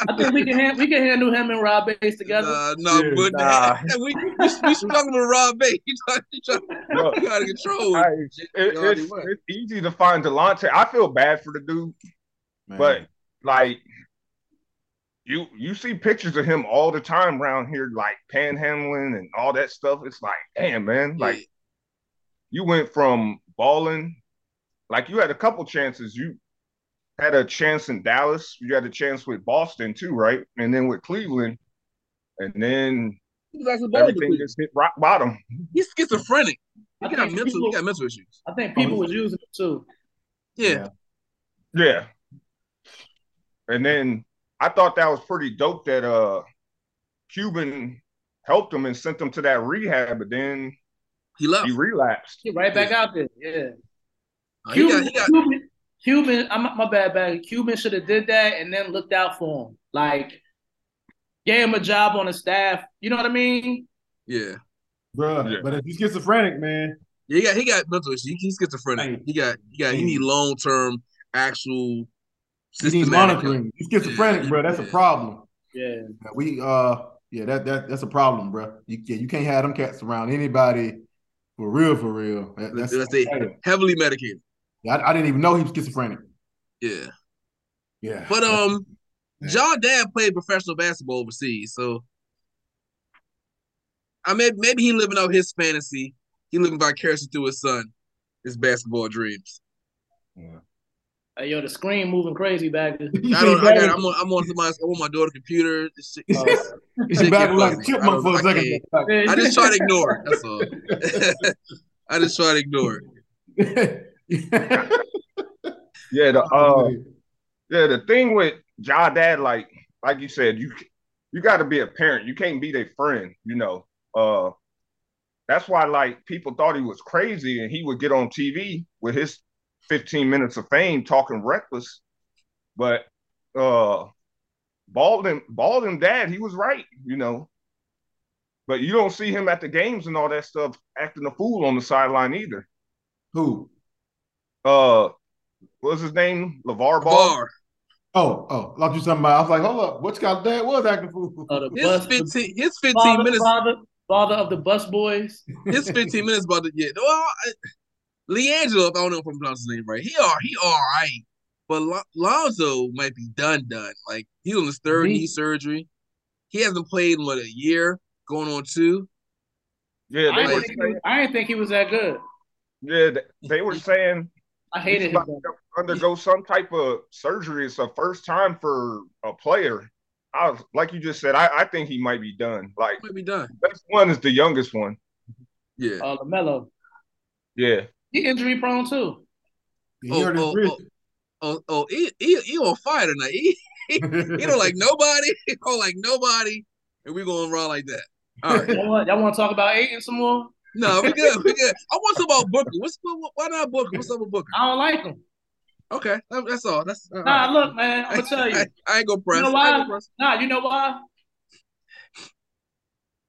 Speaker 1: I think we can hand, we can handle him and Rob Bass together.
Speaker 2: nah, no,
Speaker 3: Yeah,
Speaker 2: but
Speaker 4: nah.
Speaker 2: we, we, we struggling with Rob Bay. You trying
Speaker 4: Look,
Speaker 2: you out of control.
Speaker 4: I- it-
Speaker 2: You already
Speaker 4: it's,
Speaker 2: went.
Speaker 4: it's easy to find Delonte. I feel bad for the dude. But like you you see pictures of him all the time around here, like panhandling and all that stuff. It's like, damn man, like you went from balling, like you had a couple chances. You had a chance in Dallas, you had a chance with Boston too, right? And then with Cleveland, and then
Speaker 2: he was actually balling
Speaker 4: everything just hit rock bottom.
Speaker 2: He's schizophrenic. He
Speaker 1: I
Speaker 2: got
Speaker 1: think,
Speaker 2: mental.
Speaker 1: people,
Speaker 2: He got mental issues.
Speaker 1: I think people was using it too.
Speaker 2: Yeah.
Speaker 4: Yeah. And then I thought that was pretty dope that uh Cuban helped him and sent him to that rehab, but then
Speaker 2: He left.
Speaker 4: he relapsed.
Speaker 1: Get right back out there. Yeah.
Speaker 2: Uh, he
Speaker 1: Cuban,
Speaker 2: got, he got,
Speaker 1: Cuban, Cuban, I'm my bad, bad. Cuban should have did that and then looked out for him. Like, gave him a job on the staff. You know what I mean?
Speaker 2: yeah.
Speaker 3: Bruh,
Speaker 4: Yeah.
Speaker 3: but if you schizophrenic, man,
Speaker 2: yeah, he got he got mental issues. He, he's schizophrenic.
Speaker 3: Hey.
Speaker 2: He got he got he
Speaker 3: Hey.
Speaker 2: need long term actual
Speaker 3: you need
Speaker 2: systematic.
Speaker 3: monitoring. You schizophrenic,
Speaker 2: Yeah,
Speaker 3: bruh. That's
Speaker 2: yeah.
Speaker 3: a problem.
Speaker 1: Yeah.
Speaker 3: We uh yeah, that that that's a problem, bruh. You yeah, you can't have them cats around anybody for real, for real. That- that's
Speaker 2: Let's say heavily medicated.
Speaker 3: I, I didn't even know he was schizophrenic.
Speaker 2: Yeah,
Speaker 3: Yeah.
Speaker 2: but um,
Speaker 3: Yeah.
Speaker 2: John Dad played professional basketball overseas, so I mean maybe he living out his fantasy. He living vicariously through his son. It's basketball dreams.
Speaker 4: Yeah.
Speaker 1: Hey, yo, the screen moving crazy Uh, back. there.
Speaker 2: I don't. I got, I'm on. I'm on somebody's. I'm on my daughter's computer. This shit-
Speaker 1: Oh.
Speaker 3: He's
Speaker 2: Shit
Speaker 3: back
Speaker 2: get
Speaker 3: like a
Speaker 2: fuzzy. I
Speaker 3: chipmunk for a
Speaker 2: don't- I
Speaker 3: second.
Speaker 2: I just try to ignore it. That's all. I just try to ignore it.
Speaker 4: Yeah, the uh, yeah, the thing with Ja Dad, like like you said, you you got to be a parent. You can't be their friend. You know, uh, that's why like people thought he was crazy, and he would get on TV with his 15 minutes of fame talking reckless. But uh, Baldwin Baldwin Dad, he was right. You know. But you don't see him at the games and all that stuff acting a fool on the sideline either.
Speaker 3: Who?
Speaker 4: Uh, what's his name? LeVar Ball.
Speaker 2: Bar.
Speaker 3: Oh, oh, like you somebody. I was like, hold up, what Scott's dad was acting fool.
Speaker 1: Oh, the
Speaker 2: His
Speaker 1: bus,
Speaker 2: fifteen. His fifteen
Speaker 1: father,
Speaker 2: minutes.
Speaker 1: father, father of the bus boys.
Speaker 2: His fifteen minutes about to get. Well, I, Leangelo, if I don't know if I'm pronouncing his name right, he all he all right. But Lo- Lonzo might be done done. Like he's on his third
Speaker 1: Mhm.
Speaker 2: knee surgery. He hasn't played in what a year, going on two.
Speaker 4: Yeah,
Speaker 1: I
Speaker 4: they
Speaker 1: didn't,
Speaker 4: were
Speaker 1: think he,
Speaker 4: saying,
Speaker 1: I didn't think he was that good.
Speaker 4: yeah, th- they were saying
Speaker 1: I
Speaker 4: he's
Speaker 1: hated him.
Speaker 4: about to undergo some type of surgery. It's the first time for a player. I was like you just said, I, I think he might be done. Like
Speaker 2: Might be done.
Speaker 4: best one is the youngest one.
Speaker 2: Yeah.
Speaker 1: Uh, Lamelo,
Speaker 4: Yeah.
Speaker 1: he injury prone too.
Speaker 3: He
Speaker 2: Oh,
Speaker 3: hurt his
Speaker 2: oh,
Speaker 3: wrist.
Speaker 2: Oh, oh, he, he, he on fire tonight. He, he don't like nobody. He don't like nobody. And we going around like that. All right.
Speaker 1: Y'all want, y'all want to talk about Aiden some more?
Speaker 2: No, we good. We good. I want to talk about Booker. What's what, what- why not Booker? What's up with Booker?
Speaker 1: I don't like him.
Speaker 2: Okay, that- that's all. That's all
Speaker 1: Nah,
Speaker 2: right.
Speaker 1: look, man, I'm gonna tell you.
Speaker 2: I, I ain't gonna press.
Speaker 1: You know
Speaker 2: I ain't
Speaker 1: why?
Speaker 2: gonna press.
Speaker 1: Nah, you know why?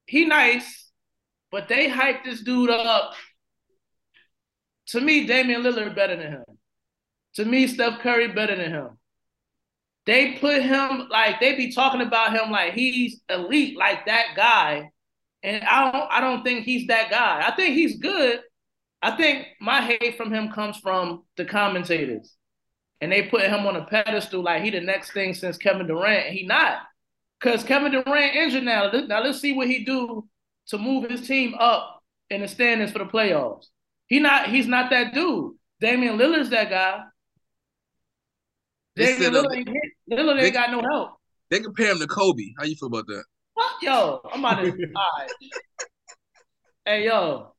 Speaker 1: He nice, but they hyped this dude up. To me, Damian Lillard better than him. To me, Steph Curry better than him. They put him like they be talking about him like he's elite, like that guy. And I don't I don't think he's that guy. I think he's good. I think my hate from him comes from the commentators. And they put him on a pedestal like he the next thing since Kevin Durant. and He not. Cause Kevin Durant injured now. Let- Now let's see what he do to move his team up in the standings for the playoffs. He not he's not that dude. Damian Lillard's that guy.
Speaker 2: They
Speaker 1: Damian
Speaker 2: said, uh,
Speaker 1: Lillard, ain't hit. Lillard
Speaker 2: they-
Speaker 1: ain't got no help.
Speaker 2: They compare him to Kobe. How you feel about that?
Speaker 1: Fuck yo, I'm about to all right. Hey yo,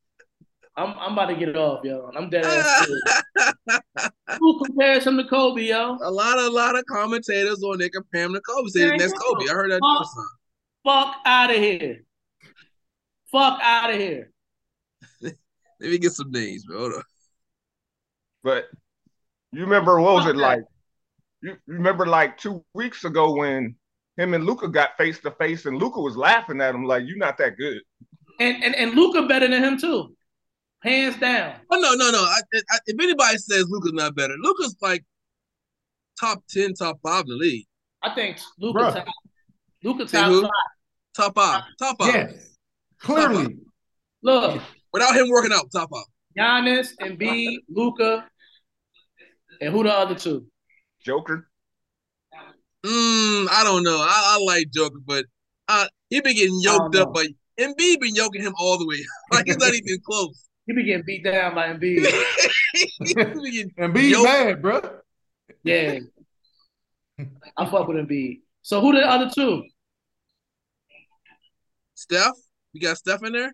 Speaker 1: I'm I'm about to get it off, yo. I'm dead ass. serious. Who compares him to Kobe, yo?
Speaker 2: a lot, a lot of commentators on there compare him to Kobe. Say
Speaker 1: There
Speaker 2: the next
Speaker 1: you
Speaker 2: Kobe. I heard that.
Speaker 1: Fuck.
Speaker 2: first time.
Speaker 1: Fuck out of here. Fuck out of here.
Speaker 2: Let me get some names, bro. Hold on.
Speaker 4: But you remember what was it
Speaker 1: Okay.
Speaker 4: like? You you remember like two weeks ago when him and Luca got face to face and Luca was laughing at him like you're not that good.
Speaker 1: And and, and Luca better than him too. Hands down.
Speaker 2: Oh no, no, no. I, I, if anybody says Luca's not better, Luca's like top ten, top five in the league.
Speaker 1: I think
Speaker 3: Bruh.
Speaker 1: Luca Luca
Speaker 2: Say who?
Speaker 1: top five.
Speaker 2: Top five, top five.
Speaker 3: Yes, clearly.
Speaker 1: Look,
Speaker 2: Without him working out, top five.
Speaker 1: Giannis and B, Luca, and who the other two?
Speaker 4: Joker.
Speaker 2: Mm, I don't know. I, I like Joker, but I, he been getting yoked
Speaker 1: don't
Speaker 2: up by Embiid been yoking him all the way. like it's not even close.
Speaker 1: He be getting beat down by
Speaker 2: He
Speaker 1: Embiid.
Speaker 2: been getting-
Speaker 3: And be
Speaker 2: Yo.
Speaker 3: bad, bro.
Speaker 1: Yeah. I fuck with Embiid. So who the other two?
Speaker 2: Steph, you got Steph in there.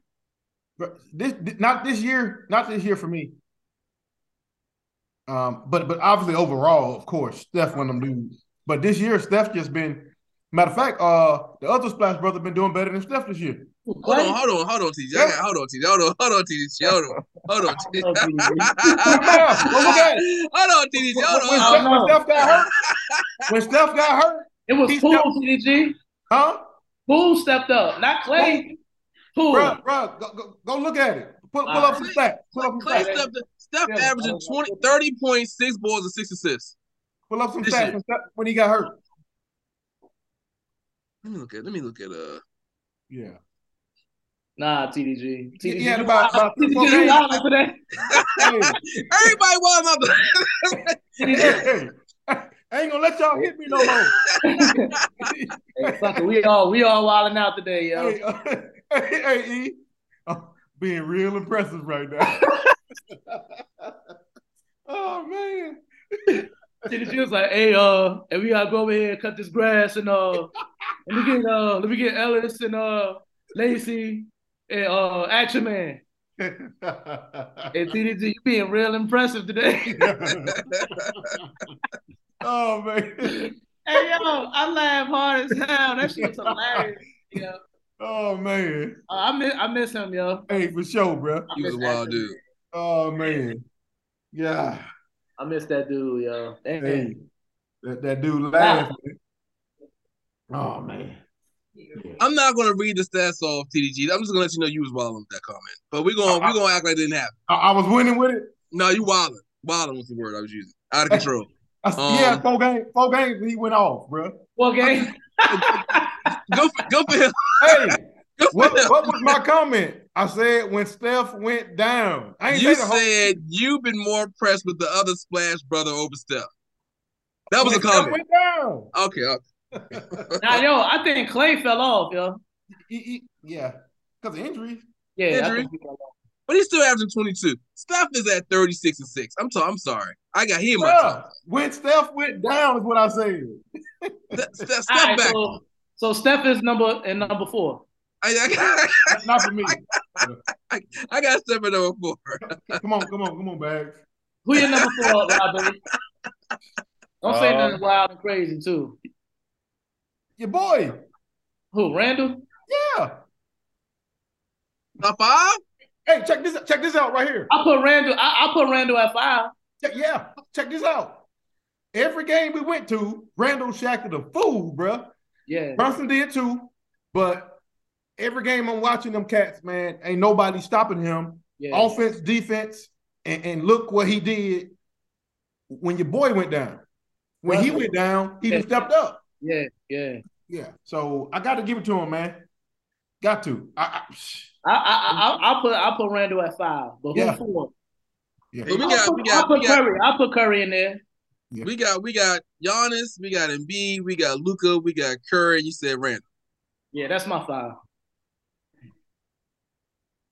Speaker 3: Bro, This not this year, not this year for me. Um, but but obviously overall, of course, Steph one of them dudes. But this year, Steph just been. Matter of fact, uh, the other Splash brother been doing better than Steph this year.
Speaker 2: Hold on, hold on, hold on, TJ. I got- Hold on, TJ. Hold on, hold on, TJ. Hold on, hold on. TJ.
Speaker 1: Hold on,
Speaker 3: at
Speaker 2: Hold on, TJ.
Speaker 3: When,
Speaker 2: Hold
Speaker 3: when
Speaker 2: on.
Speaker 1: no.
Speaker 2: Uh,
Speaker 3: Steph, when Steph got hurt, when Steph got hurt,
Speaker 1: It was
Speaker 3: He's
Speaker 1: Poole,
Speaker 3: not-
Speaker 1: CDG.
Speaker 3: huh?
Speaker 1: Poole stepped up, not Clay. Poole.
Speaker 3: Bro, bro, go, go, go look at it. Pull, pull up some stats. Pull up some
Speaker 2: Clay
Speaker 3: stats.
Speaker 2: Steph, Steph
Speaker 3: Yeah.
Speaker 2: averaging 20, 30.6 balls and six assists.
Speaker 3: Pull up some
Speaker 2: This
Speaker 3: stats
Speaker 2: year.
Speaker 3: when Steph- when he got hurt.
Speaker 2: Let me look at. Let me look at. Uh,
Speaker 3: Yeah.
Speaker 1: Nah, TDG.
Speaker 3: He-
Speaker 1: TDG,
Speaker 3: he had about- about
Speaker 1: you
Speaker 3: three, four
Speaker 1: wildin'
Speaker 3: games.
Speaker 1: today.
Speaker 3: Hey,
Speaker 2: everybody wild out there.
Speaker 1: TDG.
Speaker 3: hey, hey. I ain't gonna let y'all hit me no more.
Speaker 1: Hey, fuck it, we all we all wilding out today, yo.
Speaker 3: Hey, uh, hey, hey, E. I'm being real impressive right now. Oh man.
Speaker 1: She was like, "Hey, uh, and we gotta go over here and cut this grass, and uh, let me get uh, let me get Ellis and uh, Lacey and uh, Action Man." And TDG, you being real impressive today.
Speaker 3: oh man.
Speaker 1: hey yo, I laugh hard as hell. That shit was hilarious. Yeah,
Speaker 3: Oh man.
Speaker 1: Uh, I miss I miss him, yo.
Speaker 3: Hey, for sure, bro.
Speaker 1: I
Speaker 2: He was a
Speaker 1: miss
Speaker 2: wild
Speaker 1: Action
Speaker 2: dude.
Speaker 1: Man.
Speaker 3: Oh man. Yeah.
Speaker 1: I miss that dude, yo. Damn.
Speaker 3: Hey, that, that dude laughed. Oh man.
Speaker 2: I'm not gonna read the stats off TDG. I'm just gonna let you know you was wilding with that comment. But we're gonna we're gonna act like it didn't happen.
Speaker 3: I, I was winning with it.
Speaker 2: No, you wilding. Wilding was the word I was using. Out of control.
Speaker 3: I s-
Speaker 2: Um,
Speaker 3: yeah, four games, four games, he went off, bro.
Speaker 1: Well, gang,
Speaker 2: go for go for him.
Speaker 3: Hey,
Speaker 2: Go for
Speaker 3: what,
Speaker 2: him.
Speaker 3: what was my comment? I said when Steph went down, I ain't
Speaker 2: You
Speaker 3: say the whole-
Speaker 2: said you've been more impressed with the other Splash brother over Steph. That was a
Speaker 3: when Steph
Speaker 2: comment.
Speaker 3: Went down.
Speaker 2: Okay, uh, okay.
Speaker 1: now yo, I think Clay fell off, yo.
Speaker 3: He- he- yeah, because of injuries.
Speaker 1: Yeah, I
Speaker 2: Injury.
Speaker 1: think he fell off.
Speaker 2: but he's still averaging 22. Steph is at 36 and six. I'm so I'm sorry. I got him.
Speaker 3: Bruh, when Steph went down is what I said.
Speaker 2: Steph, Steph,
Speaker 1: All
Speaker 2: Steph
Speaker 1: right,
Speaker 2: back.
Speaker 1: so, so Steph is number and number four.
Speaker 2: I, I, got,
Speaker 3: Not for me.
Speaker 2: I got Steph at number four.
Speaker 3: Come on, come on, come on, bags.
Speaker 1: Who your number four, Robbie? Don't say
Speaker 4: Um,
Speaker 1: nothing wild and crazy too.
Speaker 3: Your boy.
Speaker 1: Who, Randall?
Speaker 3: Yeah.
Speaker 2: Top five?
Speaker 3: Hey, check this. Check this out right here.
Speaker 1: I put Randall. I, I put Randall at five.
Speaker 3: Check- yeah, check this out. Every game we went to, Randall Shackle the fool, bruh.
Speaker 1: Yeah,
Speaker 3: Brunson did too, but every game I'm watching them cats, man, ain't nobody stopping him.
Speaker 1: yeah.
Speaker 3: Offense, defense, and, and look what he did when your boy went down. When he
Speaker 1: Brunson.
Speaker 3: went down, he
Speaker 1: Yeah.
Speaker 3: just stepped up.
Speaker 1: Yeah, yeah.
Speaker 3: Yeah. So I got to give it to him, man. Got to. I, I,
Speaker 1: I I I I'll put I put Randall at five, but who
Speaker 3: Yeah.
Speaker 1: four?
Speaker 3: yeah.
Speaker 2: But we
Speaker 1: I
Speaker 2: got
Speaker 1: put,
Speaker 2: we
Speaker 1: I
Speaker 2: got
Speaker 1: put
Speaker 2: we got
Speaker 1: Curry. I put Curry in there.
Speaker 2: we got we got Giannis, we got Embiid, we got Luca, we got Curry, and you said Randall.
Speaker 1: Yeah, that's my five.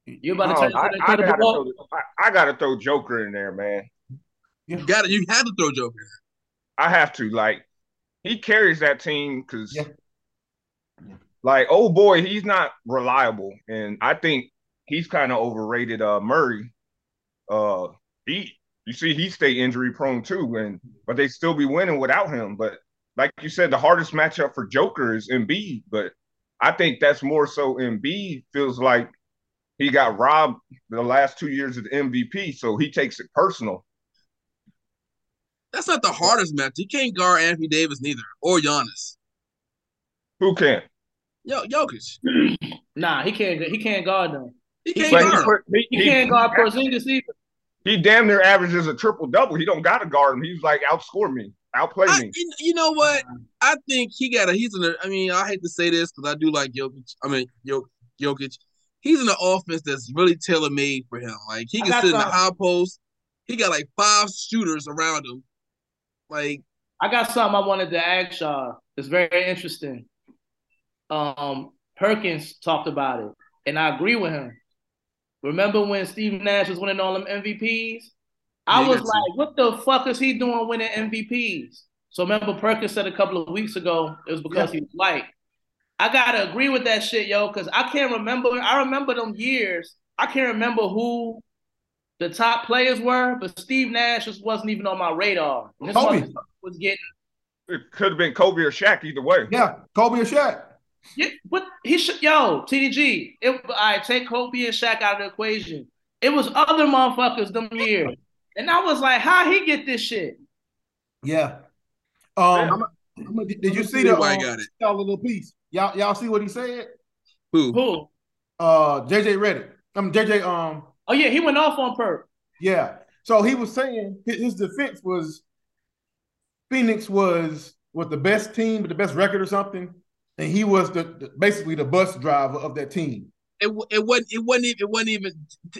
Speaker 1: You about to
Speaker 4: Oh,
Speaker 1: turn
Speaker 4: I,
Speaker 1: to the
Speaker 4: I gotta
Speaker 1: incredible Hulk?
Speaker 4: throw, I, I gotta throw Joker in there, man.
Speaker 2: You got it. You had to throw Joker. in.
Speaker 4: I have to like he carries that team because
Speaker 3: Yeah. Yeah.
Speaker 4: like oh boy, he's not reliable. And I think he's kind of overrated uh Murray. Uh he you see he stay injury prone too, and but they still be winning without him. But like you said, the hardest matchup for Joker is Embiid, but I think that's more so Embiid feels like he got robbed the last two years of the MVP, so he takes it personal.
Speaker 2: That's not the hardest match. You can't guard Anthony Davis neither or Giannis.
Speaker 4: Who can?
Speaker 2: Yo, Jokic.
Speaker 1: Nah, he can't. He can't guard them.
Speaker 2: He can't
Speaker 4: But
Speaker 2: guard.
Speaker 4: he,
Speaker 2: him.
Speaker 4: put- he-
Speaker 1: He
Speaker 4: he-
Speaker 1: can't guard Porzingis either.
Speaker 4: he damn near averages a triple double. He don't got to guard him. He's like outscore me, outplay
Speaker 2: I,
Speaker 4: me.
Speaker 2: you- you know what? I think he got a. He's in a. I mean, I hate to say this because I do like Jokic. I mean, Jok- Jokic. He's in an offense that's really tailor made for him. Like he
Speaker 1: I
Speaker 2: can
Speaker 1: got
Speaker 2: sit in the
Speaker 1: some.
Speaker 2: high post. He got like five shooters around him. Like
Speaker 1: I got something I wanted to ask y'all. It's very interesting. Um, Perkins talked about it, and I agree with him. Remember when Steve Nash was winning all them MVPs? I
Speaker 2: Yeah,
Speaker 1: was
Speaker 2: that's it.
Speaker 1: like, what the fuck is he doing winning MVPs? So remember Perkins said a couple of weeks ago it was because he was white. I gotta agree with that shit, yo, because I can't remember. I remember them years. I can't remember who the top players were, but Steve Nash just wasn't even on my radar. And this
Speaker 3: Kobe.
Speaker 1: motherfucker was getting
Speaker 4: It could have been Kobe or Shaq either way.
Speaker 3: yeah, Kobe and Shaq.
Speaker 1: Yeah, but he should yo TDG. It, I take Kobe and Shaq out of the equation. It was other motherfuckers them years, and I was like, how he get this shit?
Speaker 3: Yeah. Um, did, did you see the
Speaker 2: why
Speaker 3: um,
Speaker 2: he got it?
Speaker 3: y'all little piece? Y'all, y'all see what he said?
Speaker 2: Who?
Speaker 1: Who?
Speaker 3: Uh, JJ Reddick. I'm JJ. Um,
Speaker 1: Oh yeah, he went off on Perk.
Speaker 3: Yeah. So he was saying hi- his defense was Phoenix was was the best team with the best record or something, and he was the, the- basically the bus driver of that team.
Speaker 2: It, wa- it wasn't. It wasn't even. It wasn't even.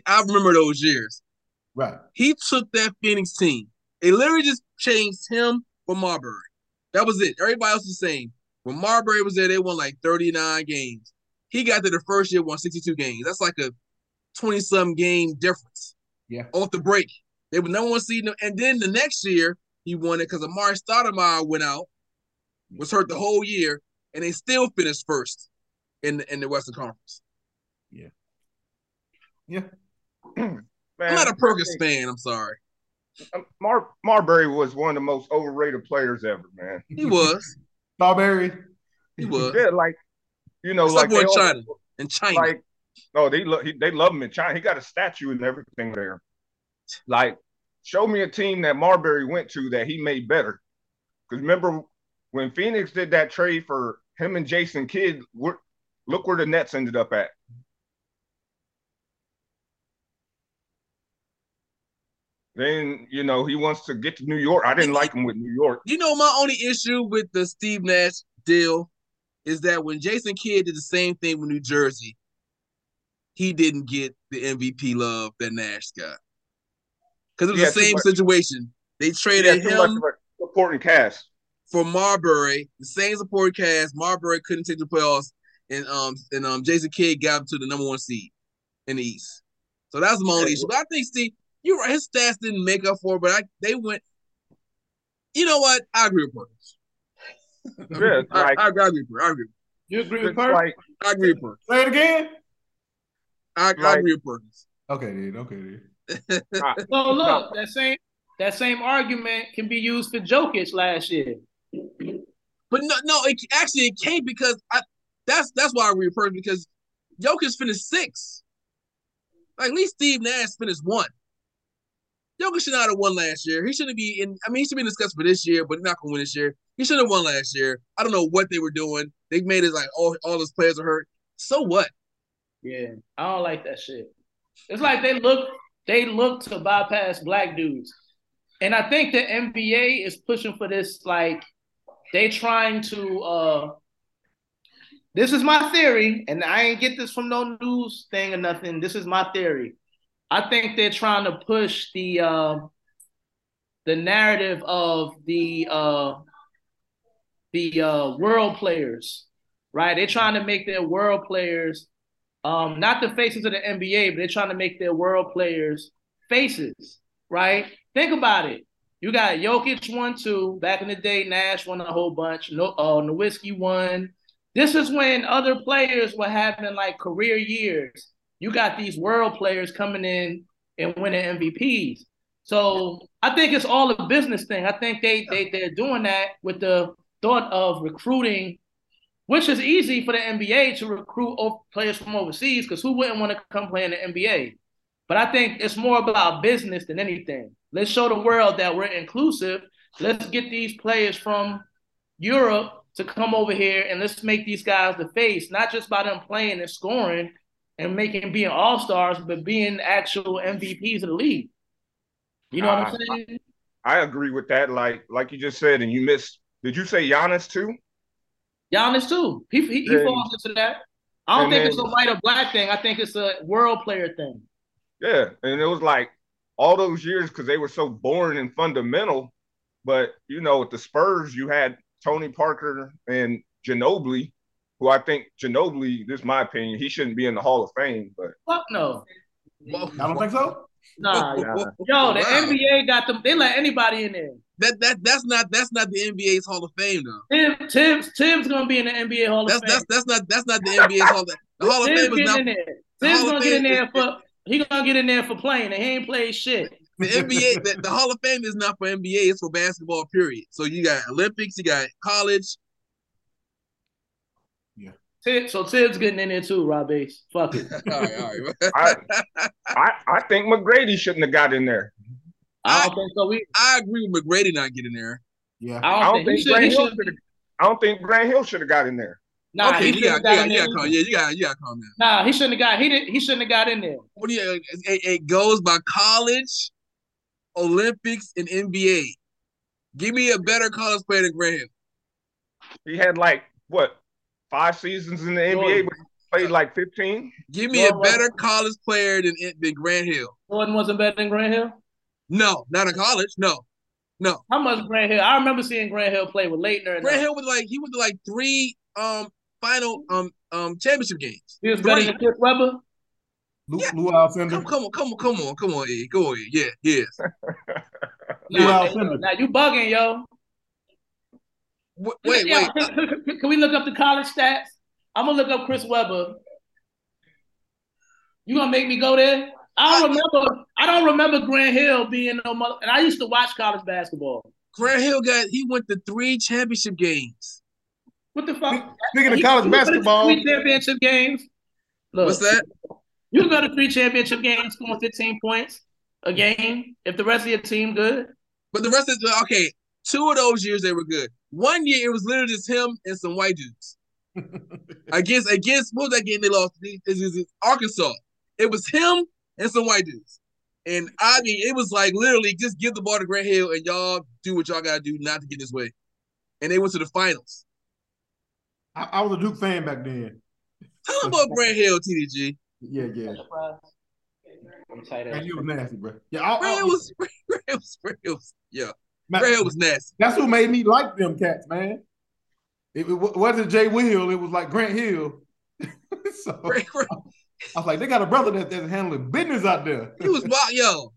Speaker 2: I remember those years.
Speaker 3: Right.
Speaker 2: He took that Phoenix team. It literally just changed him for Marbury. That was it. Everybody else was saying when Marbury was there, they won like 39 games. He got there the first year, won 62 games. That's like a 20 some game difference.
Speaker 3: Yeah.
Speaker 2: Off the break. They were number one seed, and then the next year he won it because Amari Stoudemire went out, was hurt the whole year, and they still finished first in the, in the Western Conference.
Speaker 3: Yeah.
Speaker 2: I'm not a Perkins
Speaker 4: I
Speaker 2: fan. I'm sorry.
Speaker 4: think Mar- Marbury was one of the most overrated players ever, man.
Speaker 2: He was.
Speaker 3: Strawberry.
Speaker 2: He was.
Speaker 4: Yeah, like you know,
Speaker 2: Except
Speaker 4: like
Speaker 2: for in
Speaker 4: all-
Speaker 2: China. In China,
Speaker 4: like oh they love they love him in China. He got a statue and everything there. Like, show me a team that Marbury went to that he made better. Because remember when Phoenix did that trade for him and Jason Kidd, wh- look where the Nets ended up at. Then you know he wants to get to New York. I didn't like him with New York.
Speaker 2: you know, my only issue with the Steve Nash deal is that when Jason Kidd did the same thing with New Jersey, he didn't get the MVP love that Nash got because it was
Speaker 4: Yeah,
Speaker 2: the
Speaker 4: too
Speaker 2: same
Speaker 4: much.
Speaker 2: situation. They
Speaker 4: He
Speaker 2: traded
Speaker 4: had too much
Speaker 2: him
Speaker 4: of a supporting cast.
Speaker 2: for Marbury, the same support cast. Marbury couldn't take the playoffs, and um and um Jason Kidd got him to the number one seed in the East. So that's my only
Speaker 4: Yeah,
Speaker 2: issue. But I think Steve, you're right. His stats didn't make up for, it, but I, they went. You know what? I agree with Perkins.
Speaker 4: Yeah,
Speaker 2: I,
Speaker 4: like
Speaker 2: I, agree with Perkins. I agree.
Speaker 1: You agree with
Speaker 4: it's
Speaker 1: Perk?
Speaker 4: like
Speaker 2: I agree with Perkins.
Speaker 3: Say it again.
Speaker 2: I, I
Speaker 4: Right.
Speaker 2: agree with Perkins.
Speaker 3: Okay, dude. Okay, dude.
Speaker 1: So look, that same that same argument can be used for Jokic last year.
Speaker 2: But no, no. It, actually, it can't because I. That's that's why I agree with Perkins because Jokic finished six. Like at least Steve Nash finished one. Jokic should not have won last year. He shouldn't be in. I mean, he should be in discussed for this year, but he's not gonna win this year. He should have won last year. I don't know what they were doing. They made it like all all his players are hurt. So what?
Speaker 1: Yeah, I don't like that shit. It's like they look they look to bypass black dudes. And I think the NBA is pushing for this like they trying to uh this is my theory and I ain't get this from no news thing or nothing. This is my theory. I think they're trying to push the uh, the narrative of the uh the uh world players, right? They're trying to make their world players um, not the faces of the NBA, but they're trying to make their world players faces, right? Think about it. You got Jokic one two back in the day. Nash won a whole bunch. No, uh, Nowitzki won. This is when other players were having like career years. You got these world players coming in and winning MVPs. So I think it's all a business thing. I think they they they're doing that with the thought of recruiting which is easy for the NBA to recruit o- players from overseas because who wouldn't want to come play in the NBA? But I think it's more about business than anything. Let's show the world that we're inclusive. Let's get these players from Europe to come over here and let's make these guys the face, not just by them playing and scoring and making being all stars, but being actual MVPs of the league. You know what I'm saying?
Speaker 4: I agree with that. Like like you just said, and you missed. Did you say Giannis too?
Speaker 1: Giannis too. He he, he
Speaker 4: And-
Speaker 1: falls into that. I don't
Speaker 4: and
Speaker 1: think
Speaker 4: then-
Speaker 1: it's a white or black thing. I think it's a world player thing.
Speaker 4: Yeah, and it was like all those years because they were so boring and fundamental. But you know, with the Spurs, you had Tony Parker and Ginobili, who I think Ginobili, this is my opinion, he shouldn't be in the Hall of Fame. But
Speaker 1: Fuck no.
Speaker 3: I don't think so.
Speaker 2: Oh,
Speaker 1: Nah. yo. Yo, the NBA got them. They let anybody in there.
Speaker 2: That that that's not that's not the NBA's Hall of Fame though.
Speaker 1: Tim, Tim's, Tim's gonna be in the NBA Hall of
Speaker 2: That's
Speaker 1: Fame.
Speaker 2: that's that's not that's not the NBA's Hall of Fame. The Hall of
Speaker 1: Tim's
Speaker 2: Fame
Speaker 1: getting
Speaker 2: is not
Speaker 1: in there. Tim's
Speaker 2: Hall of
Speaker 1: gonna get in
Speaker 2: Fame
Speaker 1: there
Speaker 2: is-
Speaker 1: for. He gonna get in there for playing, and he ain't played shit.
Speaker 2: the NBA. The, the Hall of Fame is not for NBA. It's for basketball. Period. So you got Olympics. You got college.
Speaker 1: Tim, so Tim's getting in there too, Rob Bass. Fuck it.
Speaker 2: All right, all right.
Speaker 4: I I, I think McGrady shouldn't have got in there.
Speaker 1: I don't think so. We.
Speaker 2: I agree with McGrady not getting there.
Speaker 3: Yeah.
Speaker 1: I don't,
Speaker 4: I
Speaker 1: think,
Speaker 4: don't think
Speaker 1: he should. He should
Speaker 4: Grant Hill should have. I don't think Grant Hill should have got in there.
Speaker 1: nah,
Speaker 2: okay,
Speaker 1: he
Speaker 2: you
Speaker 1: shouldn't
Speaker 2: got,
Speaker 1: have got
Speaker 2: you got,
Speaker 1: in
Speaker 2: you
Speaker 1: there.
Speaker 2: got, calm. Yeah, you got, you got calm down.
Speaker 1: Nah, he shouldn't have got. He did. He shouldn't have got in there.
Speaker 2: What do you? It, it goes by college, Olympics, and NBA. Give me a better college player than Graham.
Speaker 4: He had like what five seasons in the NBA, but he played like fifteen.
Speaker 2: Give me
Speaker 1: Well,
Speaker 2: a
Speaker 1: well-
Speaker 2: better college player than than Grant Hill.
Speaker 1: Jordan wasn't better than Grant Hill.
Speaker 2: No, not in college. No, no.
Speaker 1: How much Grant Hill? I remember seeing Grant Hill play with Leitner. And uh,
Speaker 2: Grant Hill was like he went to like three um final um um championship games.
Speaker 1: He was better than Chris Webber.
Speaker 3: Lu-
Speaker 2: Yeah.
Speaker 3: Lou Alcindor.
Speaker 2: Come, come on, come on, come on, come on, E. Come on, E. Yeah, yes.
Speaker 3: Lou
Speaker 1: Nah,
Speaker 3: Alcindor.
Speaker 1: now you bugging, yo.
Speaker 2: Wait, wait.
Speaker 1: Yo,
Speaker 2: wait.
Speaker 1: Can, can we look up the college stats? I'm gonna look up Chris Webber. You gonna make me go there? I don't remember. I don't remember Grant Hill being no mother. And I used to watch college basketball.
Speaker 2: Grant Hill got he went to three championship games.
Speaker 1: What the fuck?
Speaker 3: Speaking of
Speaker 1: You-
Speaker 3: college
Speaker 1: you go to
Speaker 3: basketball,
Speaker 1: three championship games. Look,
Speaker 2: What's that?
Speaker 1: You go to three championship games, scoring 15 points a game. If the rest of your team good,
Speaker 2: But the rest of the okay, two of those years they were good. One year it was literally just him and some white dudes. against against what was that game they lost? It was in Arkansas. It was him and some white dudes. And I mean, it was like literally just give the ball to Grant Hill and y'all do what y'all gotta do not to get in his way. And they went to the finals.
Speaker 3: I, I was a Duke fan back then.
Speaker 2: Tell them about Grant Hill, TDG.
Speaker 3: Yeah, yeah.
Speaker 1: I'm tight
Speaker 3: Man,
Speaker 1: ass.
Speaker 3: you was nasty, bro. Yeah, I,
Speaker 2: Grant
Speaker 3: I,
Speaker 2: Hill was, Grant Hill was, Grant Hill was, yeah.
Speaker 3: man,
Speaker 2: Grant Hill was nasty.
Speaker 3: that's who made me like them cats, man. It, it wa- wasn't Jay Will. It was like Grant Hill. so
Speaker 2: Grant, Grant,
Speaker 3: I was like, they got a brother that, that's handling business out there.
Speaker 2: He was wild, yo.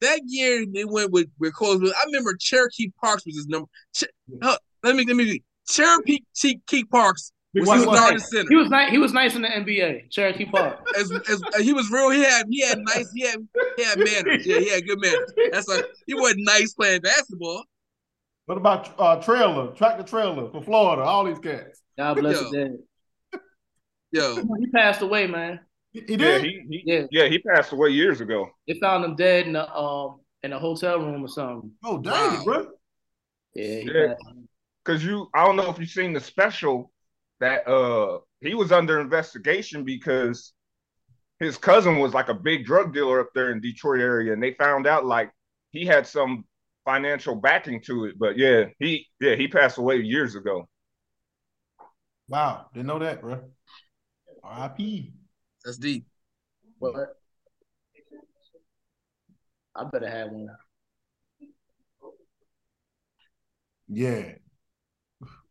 Speaker 2: That year they went with with Coles. I remember Cherokee Parks was his number. Ch- huh, let me let me Cherokee Cherokee Parks
Speaker 3: Big
Speaker 2: was
Speaker 3: white
Speaker 2: his
Speaker 3: boy.
Speaker 2: guard and center.
Speaker 1: He was nice. He was nice in the NBA, Cherokee Park.
Speaker 2: As, as, as he was real, he had he had nice he had he had manners. Yeah, he had good manners. That's like he wasn't nice playing basketball.
Speaker 3: What about uh, trailer, tractor trailer from Florida? All these cats.
Speaker 1: God bless
Speaker 2: Yo.
Speaker 1: his dead.
Speaker 2: Yo,
Speaker 1: He passed away, man.
Speaker 3: He, he
Speaker 4: Yeah,
Speaker 3: did.
Speaker 4: he, he
Speaker 1: Yeah.
Speaker 4: yeah he passed away years ago.
Speaker 1: They found him dead in a um in a hotel room or something.
Speaker 3: oh dang
Speaker 2: Wow.
Speaker 3: it, bro.
Speaker 1: Yeah, he
Speaker 4: Yeah.
Speaker 1: passed.
Speaker 4: Cause you, I don't know if you've seen the special that uh he was under investigation because his cousin was like a big drug dealer up there in Detroit area, and they found out like he had some financial backing to it. But yeah, he yeah he passed away years ago.
Speaker 3: Wow, didn't know that, bro. R.I.P.
Speaker 2: that's deep.
Speaker 1: What? I better have one.
Speaker 3: Yeah.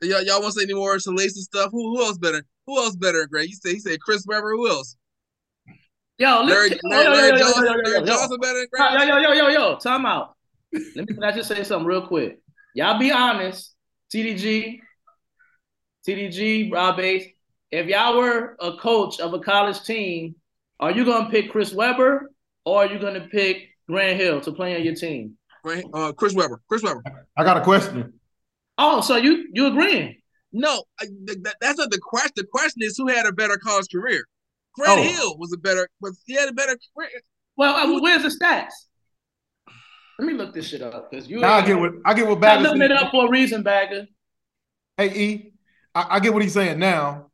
Speaker 2: Y'all, y'all want to say any more salacious stuff? Who who else better? Who else better? Greg, you say he said Chris Webber. Who else?
Speaker 1: Yo,
Speaker 2: Larry,
Speaker 1: listen.
Speaker 2: Larry,
Speaker 1: yo, yo, yo, yo,
Speaker 2: Larry Johnson.
Speaker 1: yo, yo,
Speaker 2: Larry
Speaker 1: yo, yo.
Speaker 2: Johnson better than Greg.
Speaker 1: Yo, yo, yo, yo, yo, time out. Let me can I just say something real quick. Y'all be honest. TDG, TDG, Rob Bates. If y'all were a coach of a college team, are you gonna pick Chris Webber or are you gonna pick Grant Hill to play on your team?
Speaker 2: Grant, uh, Chris Webber. Chris Webber.
Speaker 3: I got a question.
Speaker 1: Oh, so you you agreeing?
Speaker 2: No, I, th- th- that's not the question. The question is who had a better college career. Grant
Speaker 1: Oh.
Speaker 2: Hill was a better, was he had a better career.
Speaker 1: Well, uh, where's the stats? Let me look this shit up because you
Speaker 3: Now I
Speaker 1: ain't-
Speaker 3: get what I get what
Speaker 1: I'm
Speaker 3: Bagley
Speaker 1: looking it up for a reason, Bagger.
Speaker 3: Hey E, I, I get what he's saying now,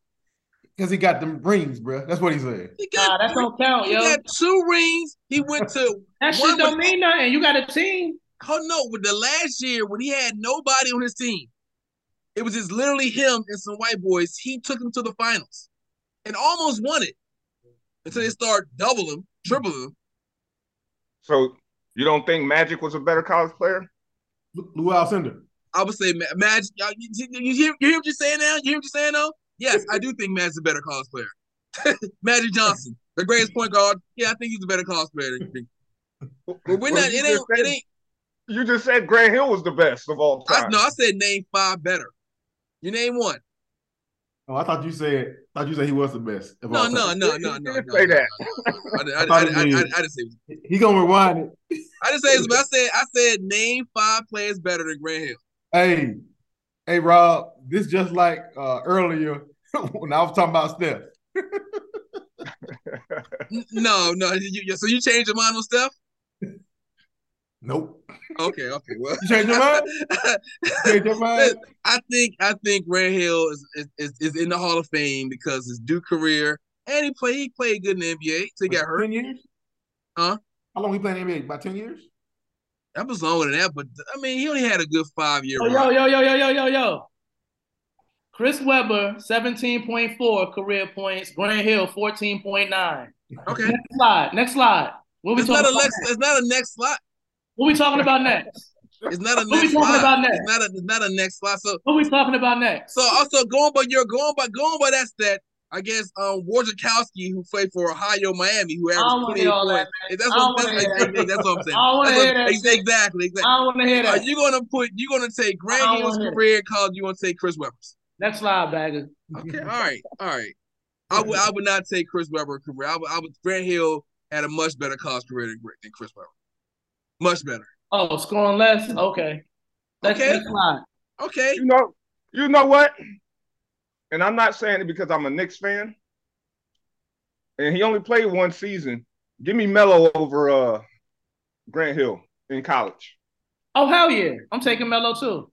Speaker 3: because he got them rings, bro. That's what he said.
Speaker 2: He
Speaker 1: Nah,
Speaker 2: got,
Speaker 1: that don't count,
Speaker 2: he
Speaker 1: yo.
Speaker 2: got two rings. He went to,
Speaker 1: That
Speaker 2: One
Speaker 1: shit don't mean nothing. You got a team.
Speaker 2: oh no, with the last year when he had nobody on his team, it was just literally him and some white boys. He took them to the finals and almost won it until they start doubling him, tripling him.
Speaker 4: So you don't think Magic was a better college player?
Speaker 3: Lu Lou Alcindor.
Speaker 2: I would say Ma- Magic. y'all- You, you- you hear, you hear what you're saying now? You hear what you're saying now? Yes, I do think Magic's a better college player. Magic Johnson, the greatest point guard. Yeah, I think he's a better college player than you think. But we're
Speaker 4: Well,
Speaker 2: not.
Speaker 4: you
Speaker 2: It ain't.
Speaker 4: just
Speaker 2: It
Speaker 4: said-
Speaker 2: ain't.
Speaker 4: You just said Grant Hill was the best of all
Speaker 2: I,
Speaker 4: time.
Speaker 2: no, I said name five better. You name one.
Speaker 3: Oh, I thought you said thought you said he was the best. of
Speaker 2: No,
Speaker 3: all
Speaker 2: no,
Speaker 3: time.
Speaker 2: no,
Speaker 4: He
Speaker 2: no, no. no,
Speaker 4: did
Speaker 2: no,
Speaker 4: say
Speaker 2: no,
Speaker 4: that.
Speaker 2: no. I, did- I, did-
Speaker 3: I
Speaker 2: I,
Speaker 3: thought
Speaker 2: did- I,
Speaker 3: he
Speaker 2: did- I,
Speaker 3: did.
Speaker 2: did- I didn't say.
Speaker 3: He gonna rewind it.
Speaker 2: I didn't say. But I said. I said name five players better than Grant Hill.
Speaker 3: Hey, hey, Rob. This just like uh, earlier when I was talking about Steph.
Speaker 2: N- No, no. You, you- so you changed your mind on Steph?
Speaker 3: Nope.
Speaker 2: Okay, okay. Well,
Speaker 3: You changed your mind. Change your mind.
Speaker 2: I think I think Grant Hill is, is, is, is in the Hall of Fame because his Duke career and he played he played good in the NBA till he got hurt.
Speaker 3: Ten years.
Speaker 2: Huh?
Speaker 3: How long he playing in the NBA? About ten years.
Speaker 2: That was longer than that, but I mean he only had a good five year
Speaker 1: Oh, yo,
Speaker 2: run.
Speaker 1: yo, yo, yo, yo, yo, yo. Chris Webber, 17.4 career points. Grant Hill, 14.9.
Speaker 2: Okay,
Speaker 1: Next slide. Next slide. What we
Speaker 2: it's
Speaker 1: talking
Speaker 2: not a
Speaker 1: about?
Speaker 2: next. It's not a next slot.
Speaker 1: What we talking about next?
Speaker 2: It's not a
Speaker 1: What we
Speaker 2: next
Speaker 1: talking
Speaker 2: slot.
Speaker 1: about next?
Speaker 2: It's not a. It's not a next slot. So
Speaker 1: What we talking about next?
Speaker 2: so also going by you're going by going by that stat. I guess um Wojciechowski, who played for Ohio Miami, who
Speaker 1: I don't
Speaker 2: averaged
Speaker 1: want to
Speaker 2: 28
Speaker 1: hear all that.
Speaker 2: points. If That's
Speaker 1: I don't
Speaker 2: what, that's,
Speaker 1: wanna hear
Speaker 2: exactly, that's what I'm saying.
Speaker 1: I don't want to
Speaker 2: That's
Speaker 1: hear
Speaker 2: what-
Speaker 1: that.
Speaker 2: exactly, exactly.
Speaker 1: I don't want to hear
Speaker 2: Are
Speaker 1: that.
Speaker 2: you gonna put? You gonna take
Speaker 1: I
Speaker 2: Grant
Speaker 1: don't
Speaker 2: Hill's
Speaker 1: want it.
Speaker 2: career college? You gonna take Chris Webber's?
Speaker 1: Next slide, bagger.
Speaker 2: Okay,
Speaker 1: Mm-hmm.
Speaker 2: all right, all right. I would I would not take Chris Webber career. I would, I would Grant Hill had a much better college career than, than Chris Webber. Much better.
Speaker 1: Oh, scoring less. Okay. Next,
Speaker 2: Okay.
Speaker 1: next slide.
Speaker 2: Okay.
Speaker 4: You know, you know what? And I'm not saying it because I'm a Knicks fan. And he only played one season. Give me Melo over uh Grant Hill in college.
Speaker 1: Oh hell yeah! I'm taking Melo too.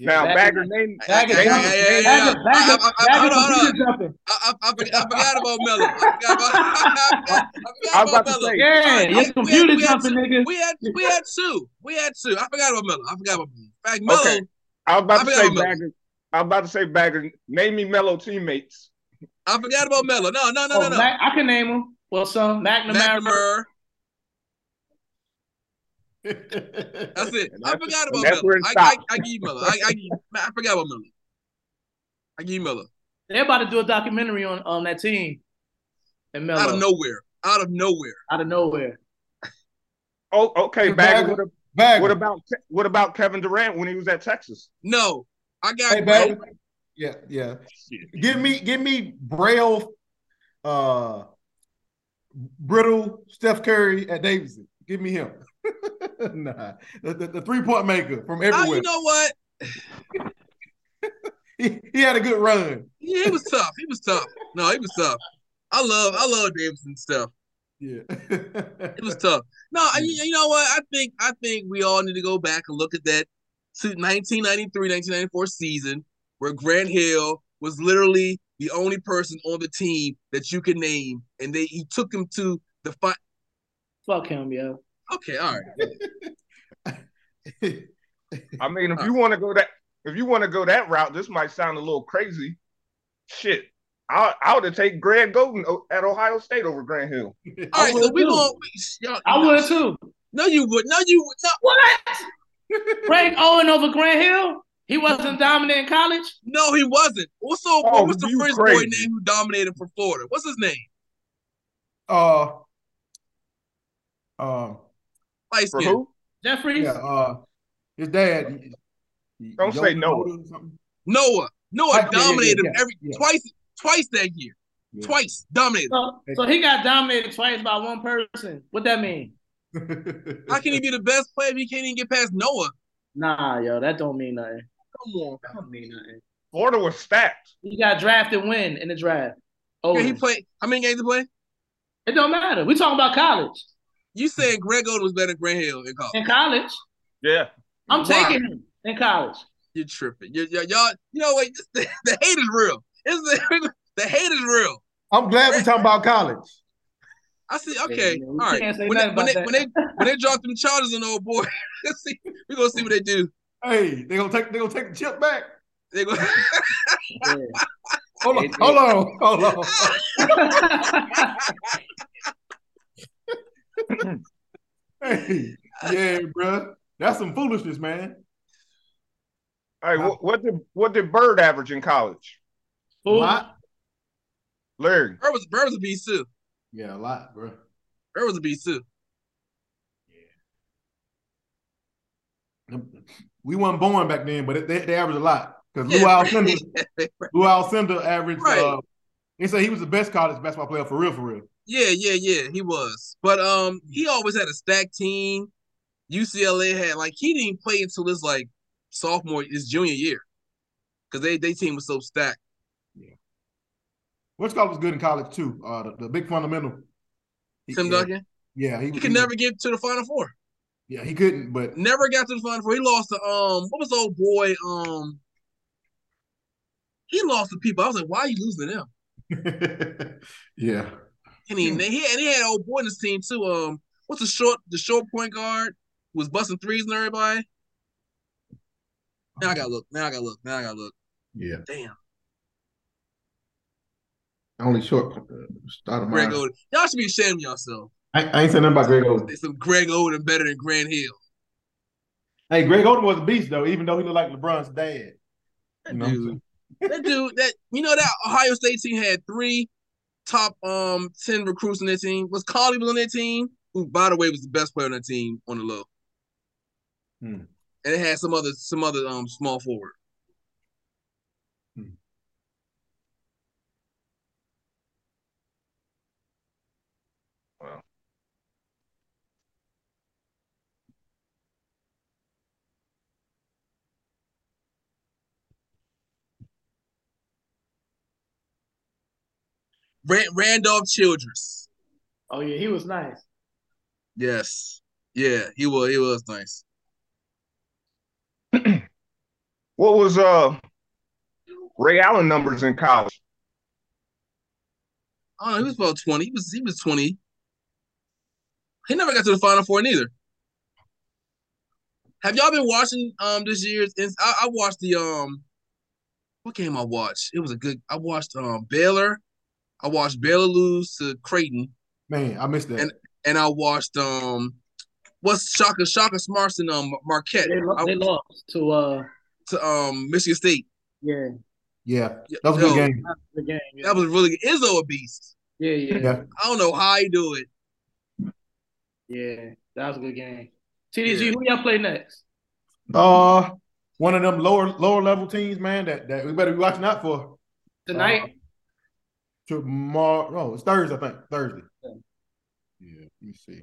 Speaker 4: now
Speaker 1: Back-
Speaker 4: Bagger name
Speaker 1: Bagger,
Speaker 2: Yeah, yeah,
Speaker 1: jumping.
Speaker 2: yeah, yeah.
Speaker 1: Bagger, bagger,
Speaker 2: I- I- I-
Speaker 1: bagger,
Speaker 2: hold on, hold on.
Speaker 1: computer jumping.
Speaker 2: I, I, I, forgot, I forgot about Melo. I forgot about,
Speaker 4: I
Speaker 2: I forgot
Speaker 4: was about
Speaker 2: about
Speaker 4: to
Speaker 2: Melo.
Speaker 4: say-
Speaker 2: All
Speaker 1: Yeah,
Speaker 2: right,
Speaker 1: your
Speaker 2: I- we had-
Speaker 1: computer
Speaker 2: we had
Speaker 1: jumping, nigga.
Speaker 2: We had we had two. We had two. I forgot about Melo. I forgot about Melo. In fact, Melo.
Speaker 4: Okay. I
Speaker 2: I
Speaker 4: was about to
Speaker 2: forgot
Speaker 4: say
Speaker 2: about Melo.
Speaker 4: Bagger. I was about to say Bagger. Name me Melo teammates.
Speaker 2: I forgot about Melo. No, no, no,
Speaker 1: Oh,
Speaker 2: no, no.
Speaker 1: Mac- I can name him. Well, some McNamara.
Speaker 2: McNamara. That's
Speaker 3: That's
Speaker 2: it.
Speaker 4: And
Speaker 2: I
Speaker 4: that's-
Speaker 2: forgot
Speaker 4: and
Speaker 2: about
Speaker 4: that's
Speaker 2: Miller.
Speaker 4: where it
Speaker 2: I, I,
Speaker 4: stopped.
Speaker 2: I give you Miller. I, I, give- I forgot about Miller. I give you Miller.
Speaker 1: They're about to do a documentary on, on that team. And Melo
Speaker 2: Out of nowhere. Out of nowhere.
Speaker 1: out of nowhere.
Speaker 4: Oh, okay, Bagger. What, a-
Speaker 3: Bagger.
Speaker 4: what about what about Kevin Durant when he was at Texas?
Speaker 2: No. I got
Speaker 3: Hey,
Speaker 2: Grant.
Speaker 3: Bagger. Yeah, yeah. Give me, give me Braille, uh, brittle Steph Curry at Davidson. Give me him. nah, the, the, three point maker from
Speaker 2: Oh,
Speaker 3: everywhere.
Speaker 2: you know what?
Speaker 3: he, he had a good run.
Speaker 2: Yeah, he was tough. He was tough. No, he was tough. I love I love Davidson stuff.
Speaker 3: Yeah,
Speaker 2: It was tough. No, I, you you know what? I think I think we all need to go back and look at that to 1993-1994 season where Grant Hill was literally the only person on the team that you could name, and they he took him to the fight.
Speaker 1: Fuck him, yo.
Speaker 2: Okay, all right.
Speaker 4: I mean, if you want to go that if you want to go that route, this might sound a little crazy. Shit, I I would have taken Greg Golden o- at Ohio State over Grant Hill.
Speaker 2: All right, so
Speaker 1: would
Speaker 2: we
Speaker 1: too.
Speaker 2: going. Y'all,
Speaker 1: I would too.
Speaker 2: No, you would. No, you would.
Speaker 1: What? Greg Owen over Grant Hill? He wasn't dominant in college?
Speaker 2: No, no, he wasn't. Also,
Speaker 4: Oh,
Speaker 2: what was the
Speaker 4: you
Speaker 2: French boy
Speaker 4: crazy.
Speaker 2: name who dominated for Florida? What's his name?
Speaker 3: uh, um,
Speaker 2: Light
Speaker 4: For
Speaker 2: skin.
Speaker 4: who?
Speaker 1: Jeffries?
Speaker 3: yeah, uh, his dad.
Speaker 4: Don't say
Speaker 3: Yoda
Speaker 4: Noah.
Speaker 3: or something?
Speaker 2: Noah. Noah
Speaker 3: Light skin, yeah, yeah,
Speaker 2: dominated him
Speaker 3: yeah,
Speaker 2: every
Speaker 3: yeah.
Speaker 2: twice, twice that year.
Speaker 3: Yeah.
Speaker 2: Twice dominated.
Speaker 1: So, so he got dominated twice by one person. What that mean?
Speaker 2: How can he be the best player if he can't even get past Noah?
Speaker 1: Nah, yo, that don't mean nothing.
Speaker 2: Come on.
Speaker 1: That don't mean nothing.
Speaker 4: Florida was stacked.
Speaker 1: He got drafted when in the draft. Oh,
Speaker 2: Can he play? How many games he play?
Speaker 1: it don't matter. We talking about college.
Speaker 2: You saying Greg Oden was better than Grant Hill in college?
Speaker 1: In college,
Speaker 4: Yeah.
Speaker 1: I'm
Speaker 2: Why?
Speaker 1: taking him in college.
Speaker 2: You're tripping. You're, you y'all, you know what? The, the hate is real. It's the, the hate is real.
Speaker 3: I'm glad we're talking about college.
Speaker 2: I see. Okay,
Speaker 1: Yeah, we
Speaker 2: all right.
Speaker 1: can't say
Speaker 2: When they,
Speaker 1: nothing
Speaker 2: when, they,
Speaker 1: about
Speaker 2: when they
Speaker 1: that.
Speaker 2: when they drop them charges on the old boy, let's see. We gonna see what they do.
Speaker 3: Hey, they gonna take they gonna take the chip back.
Speaker 2: They go.
Speaker 1: Yeah.
Speaker 3: Hold on,
Speaker 1: They- they-
Speaker 3: hold on, hold on. Hey, yeah, bruh. That's some foolishness, man.
Speaker 4: All right. What, what did what did Bird average in college?
Speaker 3: A
Speaker 1: Fool.
Speaker 3: lot.
Speaker 4: Larry.
Speaker 2: Bird was Bird was a beast too.
Speaker 3: Yeah, a lot, bruh.
Speaker 2: Bird was a beast too.
Speaker 3: We weren't born back then, but they, they averaged a lot because Lou
Speaker 2: Yeah,
Speaker 3: Alcindor, Lou Alcindor averaged.
Speaker 2: Right.
Speaker 3: Uh, they say he was the best college basketball player for real, for real.
Speaker 2: yeah, yeah, yeah. He was, but um, he always had a stacked team. UCLA had like he didn't play until his like sophomore, his junior year, because they they team was so stacked.
Speaker 3: What's called was good in college too. Uh, the, the big fundamental. He-
Speaker 2: Tim
Speaker 3: yeah,
Speaker 2: Duncan,
Speaker 3: Yeah, he,
Speaker 2: he
Speaker 3: was
Speaker 2: could never get to the final four.
Speaker 3: Yeah, he couldn't. But
Speaker 2: Never got to the final four. He lost to um what was the old boy? Um he lost to people. I was like, why are you losing to them?
Speaker 3: yeah,
Speaker 2: And he, and he and he had old boy in his team too. Um what's the short the short point guard who was busting threes and everybody? Now I gotta look. Now I gotta look. Now I gotta look.
Speaker 3: yeah.
Speaker 2: Damn.
Speaker 3: Only short. Uh, started
Speaker 2: Greg Oden. Y'all should be ashamed of yourself.
Speaker 3: I, I ain't saying nothing about Greg Oden.
Speaker 2: There's some Greg Oden better than Grant Hill.
Speaker 3: Hey, Greg Oden was a beast though, even though he looked like LeBron's dad.
Speaker 2: That
Speaker 3: You know what I'm
Speaker 2: dude.
Speaker 3: saying?
Speaker 2: that dude, that you know that Ohio State team had three top um ten recruits on their team. Was Colleyville on their team, who by the way was the best player on that team on the low.
Speaker 3: Hmm.
Speaker 2: And it had some other some other um small forward.
Speaker 3: Hmm.
Speaker 4: Wow.
Speaker 2: Ran- Randolph Childress.
Speaker 1: Oh yeah, he was nice.
Speaker 2: Yes. Yeah, he was he was nice.
Speaker 4: What was uh Ray Allen numbers in college?
Speaker 2: I don't know, he was about twenty. He was he was twenty. He never got to the final four neither. Have y'all been watching um this year's? ins- I, I watched the um, what game I watched? It was a good. I watched um Baylor. I watched Baylor lose to Creighton,
Speaker 3: Man, I missed that.
Speaker 2: and I watched um, what's Shaka Shaka Smarts and um Marquette
Speaker 1: They, lo-
Speaker 2: I-
Speaker 1: they lost to uh
Speaker 2: to um Michigan State.
Speaker 1: yeah
Speaker 3: yeah,
Speaker 2: Yeah,
Speaker 3: that was a
Speaker 2: yo,
Speaker 3: good game.
Speaker 1: the game. Yeah,
Speaker 2: That was really good. Izzo a beast.
Speaker 1: yeah, yeah, yeah.
Speaker 3: Yeah,
Speaker 2: I don't know how he do it.
Speaker 1: That was a good game. TDG,
Speaker 2: Yeah.
Speaker 1: who y'all play next?
Speaker 3: uh, one of them lower lower level teams, man. That that we better be watching out for
Speaker 1: Tonight?
Speaker 3: Uh, tomorrow. Oh, it's Thursday, I think. Thursday.
Speaker 1: Yeah.
Speaker 3: Yeah, let me see.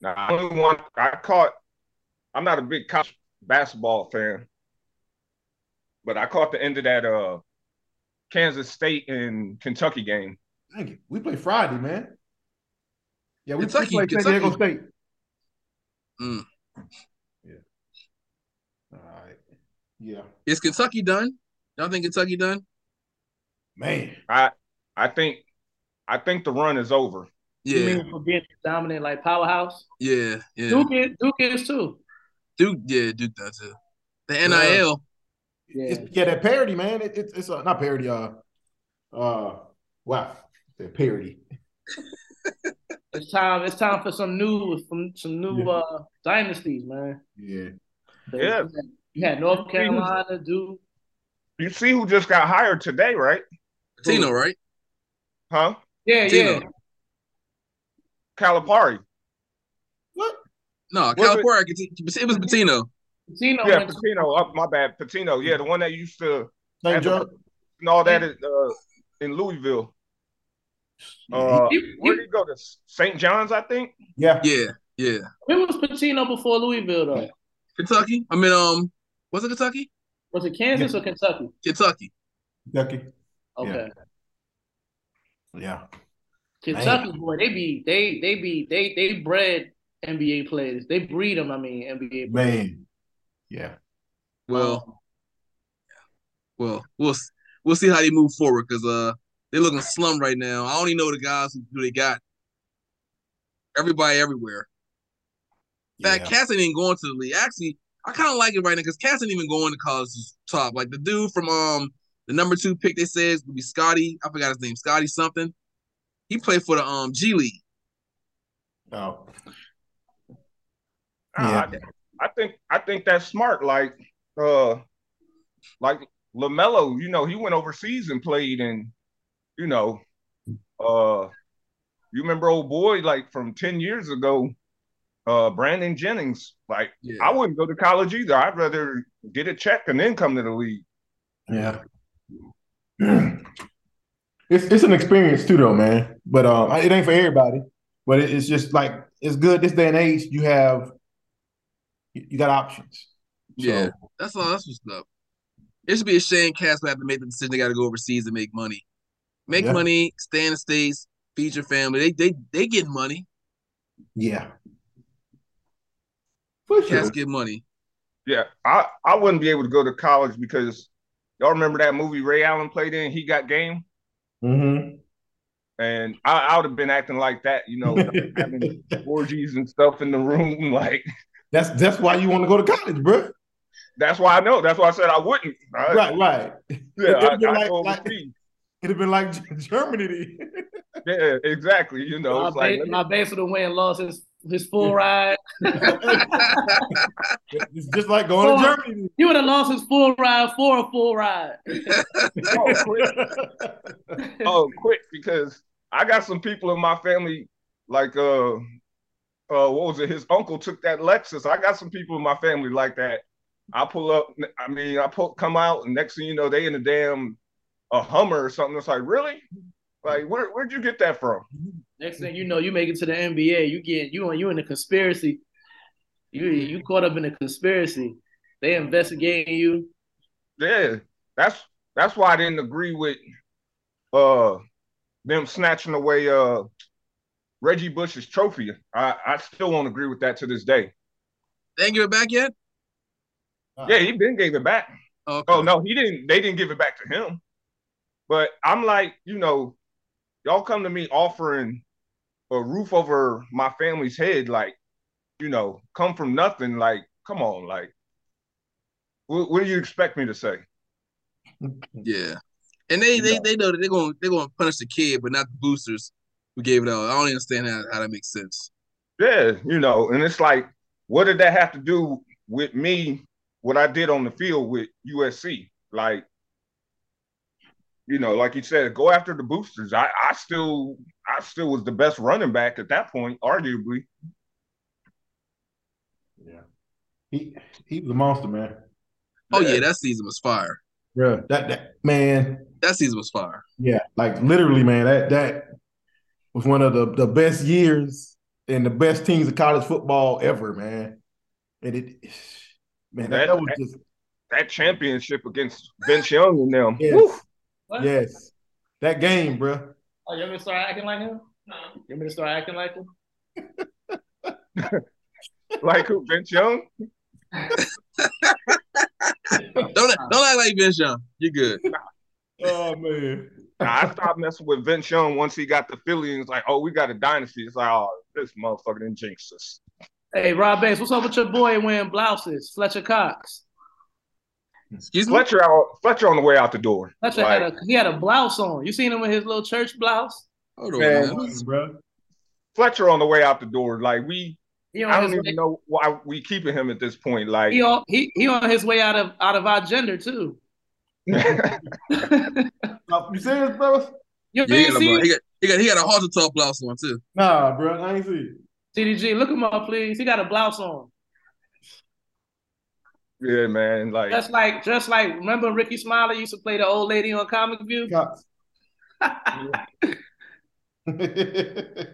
Speaker 4: Now, I only one I caught. I'm not a big college basketball fan, but I caught the end of that uh Kansas State and Kentucky game.
Speaker 3: Dang it, we play Friday, man. Yeah, we, we
Speaker 2: Kentucky-
Speaker 3: play San Diego State.
Speaker 2: Mm.
Speaker 3: Yeah. All right. Yeah,
Speaker 2: Is Kentucky done? Y'all think Kentucky done?
Speaker 3: man.
Speaker 4: I think I think the run is over.
Speaker 1: You
Speaker 2: Yeah,
Speaker 1: mean for being dominant like powerhouse?
Speaker 2: yeah, yeah.
Speaker 1: Duke is Duke is too.
Speaker 2: Duke, yeah, Duke does too. The
Speaker 3: Yeah.
Speaker 2: NIL,
Speaker 1: Yeah.
Speaker 3: It's, yeah, that parody, man. It, it's it's uh, not parody. Uh, uh, wow, that parody.
Speaker 1: It's time. It's time for some new, some some new
Speaker 3: Yeah.
Speaker 1: uh, dynasties, man.
Speaker 3: Yeah,
Speaker 4: Yeah.
Speaker 1: You had North Carolina, Duke.
Speaker 4: You see who just got hired today, right?
Speaker 2: Tino, right?
Speaker 4: Huh?
Speaker 1: Yeah, yeah.
Speaker 2: Tino.
Speaker 4: Calipari.
Speaker 3: what?
Speaker 2: No,
Speaker 4: Was it-
Speaker 2: Calipari. It was Patino.
Speaker 1: Patino
Speaker 4: Yeah,
Speaker 1: went to
Speaker 4: Patino. Up, my bad. Patino. Yeah, the one that used to
Speaker 3: Thank
Speaker 4: That's
Speaker 3: you.
Speaker 4: and all that is, uh, in Louisville.
Speaker 3: Yeah,
Speaker 4: Uh,
Speaker 1: he- he-
Speaker 4: where did he go to St. John's? I think.
Speaker 3: yeah.
Speaker 2: Yeah, yeah.
Speaker 1: When was Patino before Louisville though?
Speaker 2: Kentucky. I mean, um, was it Kentucky?
Speaker 1: Was it Kansas or Kentucky?
Speaker 2: Kentucky.
Speaker 3: Kentucky.
Speaker 1: Okay.
Speaker 3: Yeah.
Speaker 1: Kentucky boy, they be they they be they they bred NBA players. They breed them. I mean NBA. Players.
Speaker 3: Man. Yeah.
Speaker 2: Well,
Speaker 1: Oh.
Speaker 2: well, we'll s- we'll see how they move forward because uh they're looking slum right now. I only know the guys who they got. Everybody everywhere. In fact,
Speaker 3: yeah.
Speaker 2: Cassidy ain't going to the league. Actually, I kind of like it right now because Cassidy even going to college's top. Like the dude from um the number two pick they said would be Scotty. I forgot his name, Scotty something. He played for the um G League.
Speaker 3: Oh.
Speaker 4: Ah, I, I think I think that's smart. Like, uh, like Lamelo. You know, he went overseas and played, and you know, uh, you remember old boy like from ten years ago, uh, Brandon Jennings. Like,
Speaker 2: Yeah.
Speaker 4: I wouldn't go to college either. I'd rather get a check and then come to the league.
Speaker 3: Yeah. It's, it's an experience too, though, man. But um, it ain't for everybody. But it, it's just like it's good this day and age. You have you you got options. So,
Speaker 2: Yeah. That's all. That's what's up. It should be a shame Cavs would have to make the decision. They got to go overseas and make money. Make
Speaker 3: Yeah.
Speaker 2: money. Stay in the states. Feed your family. They they they get money.
Speaker 3: yeah. For sure.
Speaker 2: Cats get money.
Speaker 4: Yeah, I I wouldn't be able to go to college because y'all remember that movie Ray Allen played in. He got game,
Speaker 3: Mhm.
Speaker 4: and I, I would have been acting like that. You know, having orgies and stuff in the room. Like
Speaker 3: that's that's why you want to go to college, bro.
Speaker 4: that's why I know. That's why I said I wouldn't. I,
Speaker 3: Right, right.
Speaker 4: Yeah, I,
Speaker 3: It'd be
Speaker 4: I
Speaker 3: like-
Speaker 4: go
Speaker 3: like-
Speaker 4: overseas.
Speaker 3: It'd have been like Germany. then.
Speaker 4: yeah, exactly. You know,
Speaker 1: my,
Speaker 4: it's like
Speaker 1: ba-
Speaker 4: let me-
Speaker 1: my base of the win lost his his full ride.
Speaker 3: It's just like going to
Speaker 1: Oh.
Speaker 3: Germany.
Speaker 1: He would have lost his full ride for a full ride.
Speaker 4: Oh, quick. oh, quick, because I got some people in my family, like uh uh what was it? His uncle took that Lexus. I got some people in my family like that. I pull up, I mean, I pull come out, and next thing you know, they in a damn a Hummer or something. It's like, really? Like, where where'd you get that from?
Speaker 1: Next thing you know, you make it to the NBA. You get you and you in a conspiracy. You you caught up in a conspiracy. They investigating you.
Speaker 4: Yeah, that's that's why I didn't agree with uh them snatching away uh Reggie Bush's trophy. I, I still won't agree with that to this day.
Speaker 2: They ain't give it back yet?
Speaker 4: Yeah, he been gave it back.
Speaker 2: Okay.
Speaker 4: Oh no, he didn't. They didn't give it back to him. But I'm like, you know, y'all come to me offering a roof over my family's head, like, you know, come from nothing. Like, come on, like, what, what do you expect me to say?
Speaker 2: Yeah. And they they,
Speaker 4: No.
Speaker 2: they know that they're gonna they're gonna punish the kid, but not the boosters who gave it out. I don't understand how, how that makes sense.
Speaker 4: Yeah, you know, and it's like, what did that have to do with me? What I did on the field with USC, like, you know, like you said, go after the boosters. I, I still, I still was the best running back at that point, arguably.
Speaker 3: Yeah. He he was a monster, man.
Speaker 2: Oh yeah, that season was fire.
Speaker 3: Yeah. That that man.
Speaker 2: That season was fire.
Speaker 3: Yeah. Like literally, man. That that was one of the, the best years and the best teams of college football ever, man. And it man, that, that was just
Speaker 4: that championship against Vince Young and them.
Speaker 3: Yes.
Speaker 4: Woo.
Speaker 1: What?
Speaker 3: yes. That game, bruh.
Speaker 1: Oh, you want me to start acting like him? No. You want me to start acting like him?
Speaker 4: Like who, Vince Young?
Speaker 2: Don't don't act like Vince Young. You're good.
Speaker 3: Oh man.
Speaker 4: Nah, I stopped messing with Vince Young once he got the Philly and it's like, oh, we got a dynasty. It's like, oh, this motherfucker didn't jinx us.
Speaker 1: Hey, Rob Banks, what's up with your boy wearing blouses? Fletcher Cox.
Speaker 2: Excuse me.
Speaker 4: Fletcher out Fletcher on the way out the door.
Speaker 1: Fletcher had a he had a blouse on. You seen him with his little church blouse?
Speaker 2: Hold on.
Speaker 4: Man,
Speaker 2: now.
Speaker 3: bruh.
Speaker 4: Fletcher on the way out the door. Like we
Speaker 1: He
Speaker 4: I
Speaker 1: on
Speaker 4: don't
Speaker 1: his
Speaker 4: even
Speaker 1: way,
Speaker 4: know why we keeping him at this point. Like
Speaker 1: he, on, he he on his way out of out of our gender too. you
Speaker 3: Uh, you serious, brother?
Speaker 2: Yeah,
Speaker 1: ain't
Speaker 2: bro.
Speaker 1: seen
Speaker 2: He got, he got he got a heart attack blouse on too.
Speaker 3: Nah, bruh. I ain't see it.
Speaker 1: CDG? Look him up, please. He got a blouse on.
Speaker 4: yeah, man. Like
Speaker 1: Just like just like remember Ricky Smiley used to play the old lady on Comic View?
Speaker 3: Cox.
Speaker 4: yeah,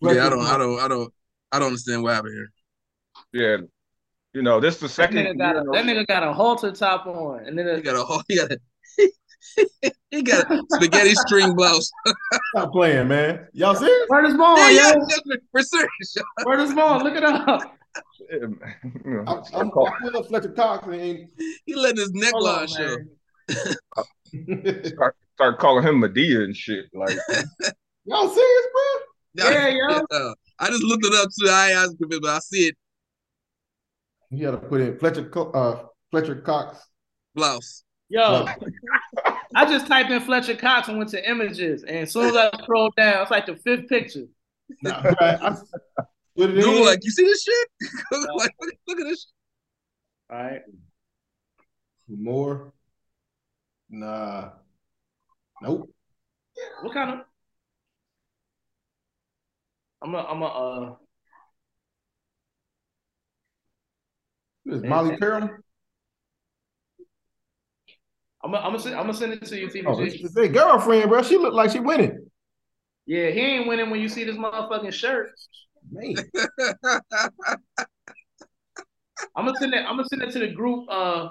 Speaker 4: we-
Speaker 2: Yeah, I don't I don't I don't I don't understand what happened here.
Speaker 4: yeah. You know, this the
Speaker 1: That
Speaker 4: second
Speaker 1: nigga, got
Speaker 4: year
Speaker 1: a,
Speaker 4: in a-
Speaker 1: that nigga got a halter top on, and then
Speaker 2: He
Speaker 1: a,
Speaker 2: got a whole he got a he got a spaghetti string blouse.
Speaker 3: Stop playing, man. Y'all serious?
Speaker 1: where's his bone?
Speaker 2: yeah,
Speaker 1: yo?
Speaker 2: yeah, we're serious.
Speaker 1: Where's his bone? Look it up.
Speaker 4: yeah, man. You know,
Speaker 3: I'm,
Speaker 4: it's
Speaker 3: I'm,
Speaker 4: called-
Speaker 3: I'm with Fletcher Cox and
Speaker 2: He letting his
Speaker 1: Hold
Speaker 2: neckline
Speaker 1: on,
Speaker 2: show.
Speaker 1: man.
Speaker 4: start calling him Medea and shit. Like
Speaker 3: y'all serious,
Speaker 1: Yeah, yo.
Speaker 2: Yeah. uh, I just looked it up too. I ain't asked but I see it
Speaker 3: bro? You got to put in Fletcher, Co- uh, Fletcher Cox. Uh,
Speaker 2: blouse.
Speaker 5: Oh.
Speaker 1: Yo, I just typed in Fletcher Cox and went to images, and as soon as I scrolled down, it's like the fifth picture.
Speaker 3: Nah, bruh, I, what it
Speaker 2: Google
Speaker 3: is-
Speaker 2: like, you see this shit? Google like, look, look at this.
Speaker 1: All right.
Speaker 3: more. Nah, nope.
Speaker 1: What kind of? I'm a, I'm a, uh,
Speaker 3: It's Molly Perrin.
Speaker 1: I'm a, I'm gonna send, I'm gonna send it to you, TDG.
Speaker 3: Oh, it's it's their girlfriend, bro. She looked like she winning.
Speaker 1: yeah, he ain't winning when you see this motherfucking shirt.
Speaker 3: Man,
Speaker 1: I'm gonna send it. I'm gonna send it to the group. Uh, to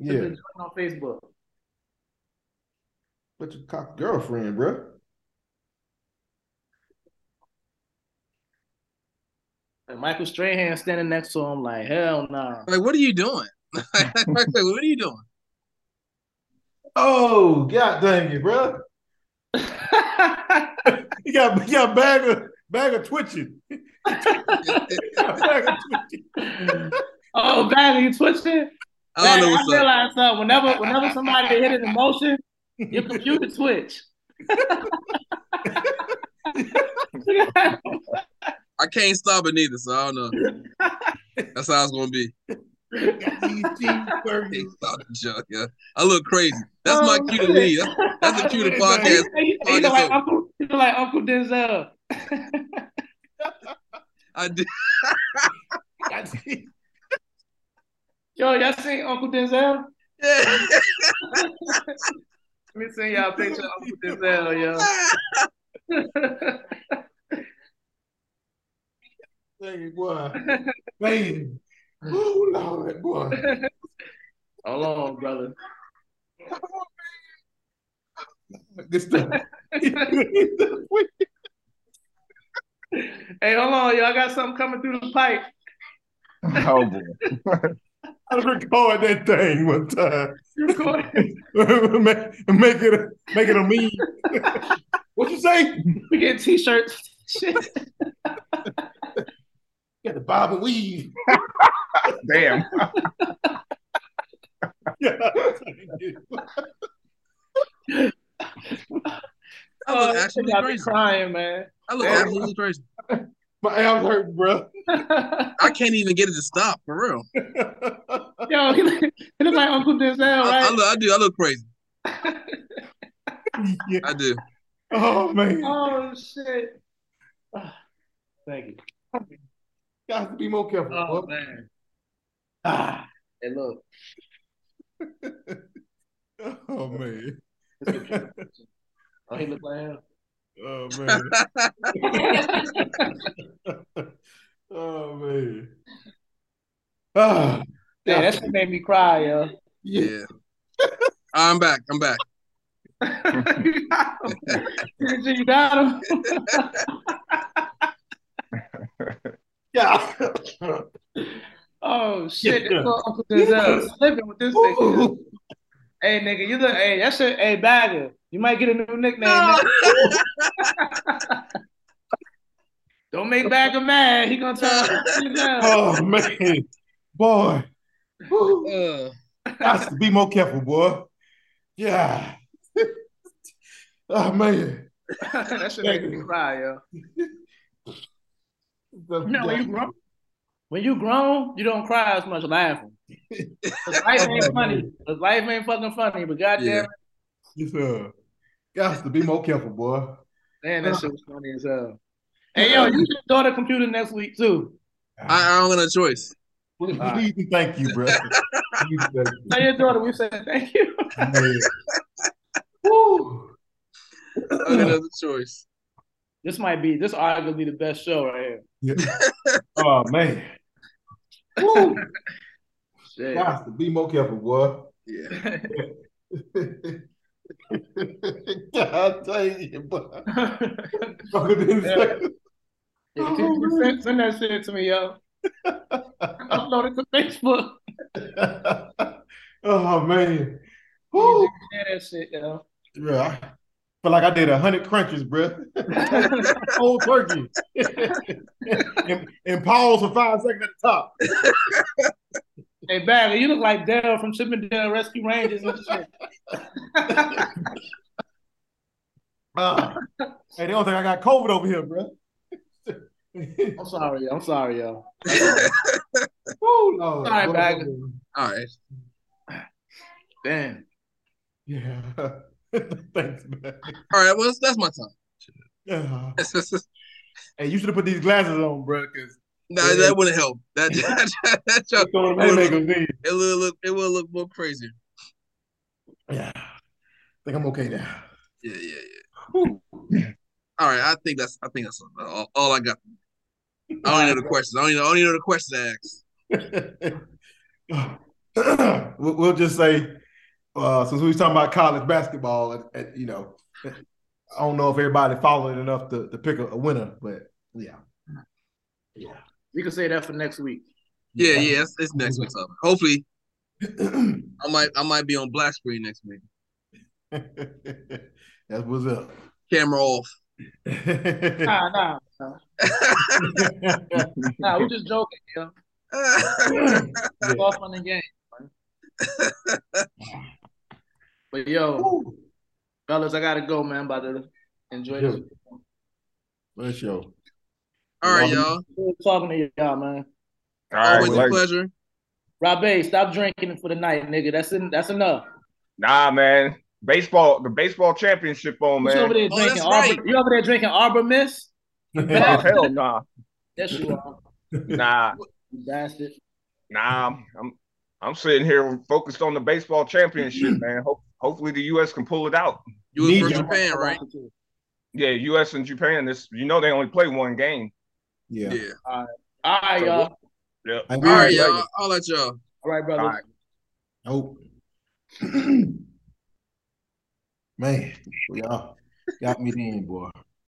Speaker 1: the
Speaker 3: yeah,
Speaker 1: joint on Facebook.
Speaker 3: Fletcher Cox girlfriend, bro.
Speaker 1: And Michael Strahan standing next to him, like hell no.
Speaker 2: like, what are you doing? like, what are you doing?
Speaker 3: Oh, god dang it, bro. You got you got bag of bag of twitching. Bag of twitching.
Speaker 1: oh, Bagley, you twitching?
Speaker 2: I
Speaker 1: Bagley,
Speaker 2: don't
Speaker 1: I
Speaker 2: know what's up.
Speaker 1: realized something. Whenever, whenever somebody hit an emotion, your computer twitch.
Speaker 2: I can't stop it neither, so I don't know. That's how it's gonna be.
Speaker 5: Got these cheeseburgers.
Speaker 2: Can't stop the junk, yeah. I look crazy. That's my
Speaker 1: Oh,
Speaker 2: cue to
Speaker 1: man.
Speaker 2: lead. That's, that's the cue to podcast.
Speaker 1: You you look like Uncle, you look like Uncle Denzel.
Speaker 2: I did.
Speaker 5: Got these-
Speaker 1: Yo, y'all seen Uncle Denzel? Let me send y'all a picture of Uncle Denzel, yo.
Speaker 3: Hey, boy. Man. Oh, Lord, boy.
Speaker 1: Hold on, brother.
Speaker 3: Good stuff.
Speaker 1: Hey, hold on, yo. I got something coming through the pipe.
Speaker 4: Oh boy.
Speaker 3: I record that thing one time.
Speaker 1: You recording?
Speaker 3: make, make it a, make it a meme. what you say?
Speaker 1: We get t-shirts. Shit.
Speaker 3: Got the bob and weave.
Speaker 4: Damn.
Speaker 2: I look
Speaker 1: Oh, this
Speaker 2: actually
Speaker 1: nigga be
Speaker 2: crazy.
Speaker 1: crying, man.
Speaker 2: I look
Speaker 4: Damn.
Speaker 2: absolutely crazy.
Speaker 3: My arms hurt, bro.
Speaker 2: I can't even get it to stop for real.
Speaker 1: yo, he look, he look like Uncle Denzel,
Speaker 2: I, I,
Speaker 1: right?
Speaker 2: look, I do. I look crazy.
Speaker 3: Yeah.
Speaker 2: I do.
Speaker 3: Oh man,
Speaker 1: Oh shit. Ah, Thank you.
Speaker 3: got to be more careful.
Speaker 1: Oh
Speaker 3: bro.
Speaker 1: man. Ah, hey, look.
Speaker 3: Oh man,
Speaker 1: this is a- Oh, he look like him.
Speaker 3: oh man, oh man. Ah,
Speaker 1: Damn, that shit made me cry, yo.
Speaker 3: yeah.
Speaker 2: Yeah. I'm back. I'm back.
Speaker 1: you got him. You got him.
Speaker 3: yeah.
Speaker 1: Oh shit,
Speaker 3: Yeah.
Speaker 1: that's what Uncle Denzel is slipping with this nigga.
Speaker 3: Ooh.
Speaker 1: Hey nigga, you look hey, that shit hey bagger. You might get a new nickname.
Speaker 2: No.
Speaker 1: nigga. Don't make Bagger mad. He gonna turn Uncle Denzel.
Speaker 3: Oh man, boy, Woo.
Speaker 2: Uh,
Speaker 3: got to be more careful, boy. Yeah. oh man.
Speaker 1: that shit make me cry, yo. No, when you grown, when you grown, you don't cry as much laughing. 'Cause life ain't funny. 'Cause life ain't fucking funny. But goddamn,
Speaker 3: Yes, sir. Got to be more careful, boy.
Speaker 1: man, that shit was funny as hell. Hey yo, you should throw the computer next week too.
Speaker 2: I, I don't got a choice.
Speaker 3: Please and thank you, bro. Please and thank you.
Speaker 1: Tell your daughter we said thank you.
Speaker 3: Man. Woo.
Speaker 2: I don't got another choice.
Speaker 1: This might be this arguably the best show right here.
Speaker 3: Yeah. Oh man. Woo.
Speaker 1: Shit.
Speaker 3: Got to be more careful, boy.
Speaker 2: Yeah.
Speaker 3: God dang it, boy.
Speaker 1: Yeah,
Speaker 3: Fucking didn't say-
Speaker 1: can you send, send that shit to me, yo. Upload it to Facebook.
Speaker 3: oh man. Woo.
Speaker 1: Yeah, that shit, yo.
Speaker 3: Bro, I feel like I did a hundred crunches, bro. Whole turkey. and, and pause for five seconds at the top.
Speaker 1: hey, Bagger, you look like Dale from Chippendale Rescue Rangers and shit.
Speaker 3: Ah. hey, they don't think I got COVID over here, bro.
Speaker 1: I'm sorry, yo. I'm sorry, yo.
Speaker 3: oh Lord.
Speaker 1: Sorry,
Speaker 3: Boy,
Speaker 1: Bagger.
Speaker 2: All right.
Speaker 1: Damn.
Speaker 3: Yeah. Thanks, man.
Speaker 2: All right. Well, that's, that's my time.
Speaker 3: Yeah. Hey, you should have put these glasses on, bro, because
Speaker 2: nah, that wouldn't help. That, that, that, that
Speaker 3: it's going to make them see.
Speaker 2: it will look. It will look more crazy.
Speaker 3: Yeah. I think I'm okay now.
Speaker 2: Yeah. Yeah. All right, I think that's I think that's all, all I got. I don't even know the questions. I don't even, I don't even know the questions I asked.
Speaker 3: we'll we'll just say, uh, since we was talking about college basketball, and, and, you know, I don't know if everybody followed it enough to, to pick a, a winner, but yeah, yeah.
Speaker 1: We can say that for next week.
Speaker 2: Yeah, yeah, it's, it's next week's up. Hopefully, I might I might be on black screen next week.
Speaker 3: That's what's up.
Speaker 2: Camera off.
Speaker 1: Nah, nah, nah. We're just joking, yo. It's all fun and games, man. But yo,
Speaker 3: Woo.
Speaker 1: fellas, I gotta go, man. I'm about to enjoy this.
Speaker 3: For sure.
Speaker 2: All right,
Speaker 3: Love it.
Speaker 2: y'all.
Speaker 1: Good talking to y'all, man.
Speaker 4: All
Speaker 2: Always
Speaker 4: like-
Speaker 2: a pleasure.
Speaker 1: Robbie, stop drinking for the night, nigga. That's in, that's enough.
Speaker 4: Nah, man. Baseball, the baseball championship on,
Speaker 1: You over there
Speaker 4: man.
Speaker 2: Oh,
Speaker 1: drinking
Speaker 2: that's
Speaker 1: Arbor?
Speaker 2: right.
Speaker 1: You over there drinking Arbor Mist?
Speaker 4: Oh, hell nah.
Speaker 1: Yes, you are.
Speaker 4: Nah,
Speaker 1: You bastard.
Speaker 4: nah. I'm- I'm I'm sitting here focused on the baseball championship, man. Hope, hopefully the US can pull it out.
Speaker 2: You was
Speaker 3: Need
Speaker 2: from
Speaker 3: y'all.
Speaker 2: Japan, right?
Speaker 4: Yeah, US and Japan. This you know they only play one game.
Speaker 3: yeah.
Speaker 2: Yeah.
Speaker 1: All right, y'all.
Speaker 4: Yeah.
Speaker 3: All
Speaker 2: All right, y'all. I'll at y'all.
Speaker 1: All right, brother.
Speaker 4: All right.
Speaker 3: Nope. Man, y'all got me then, boy.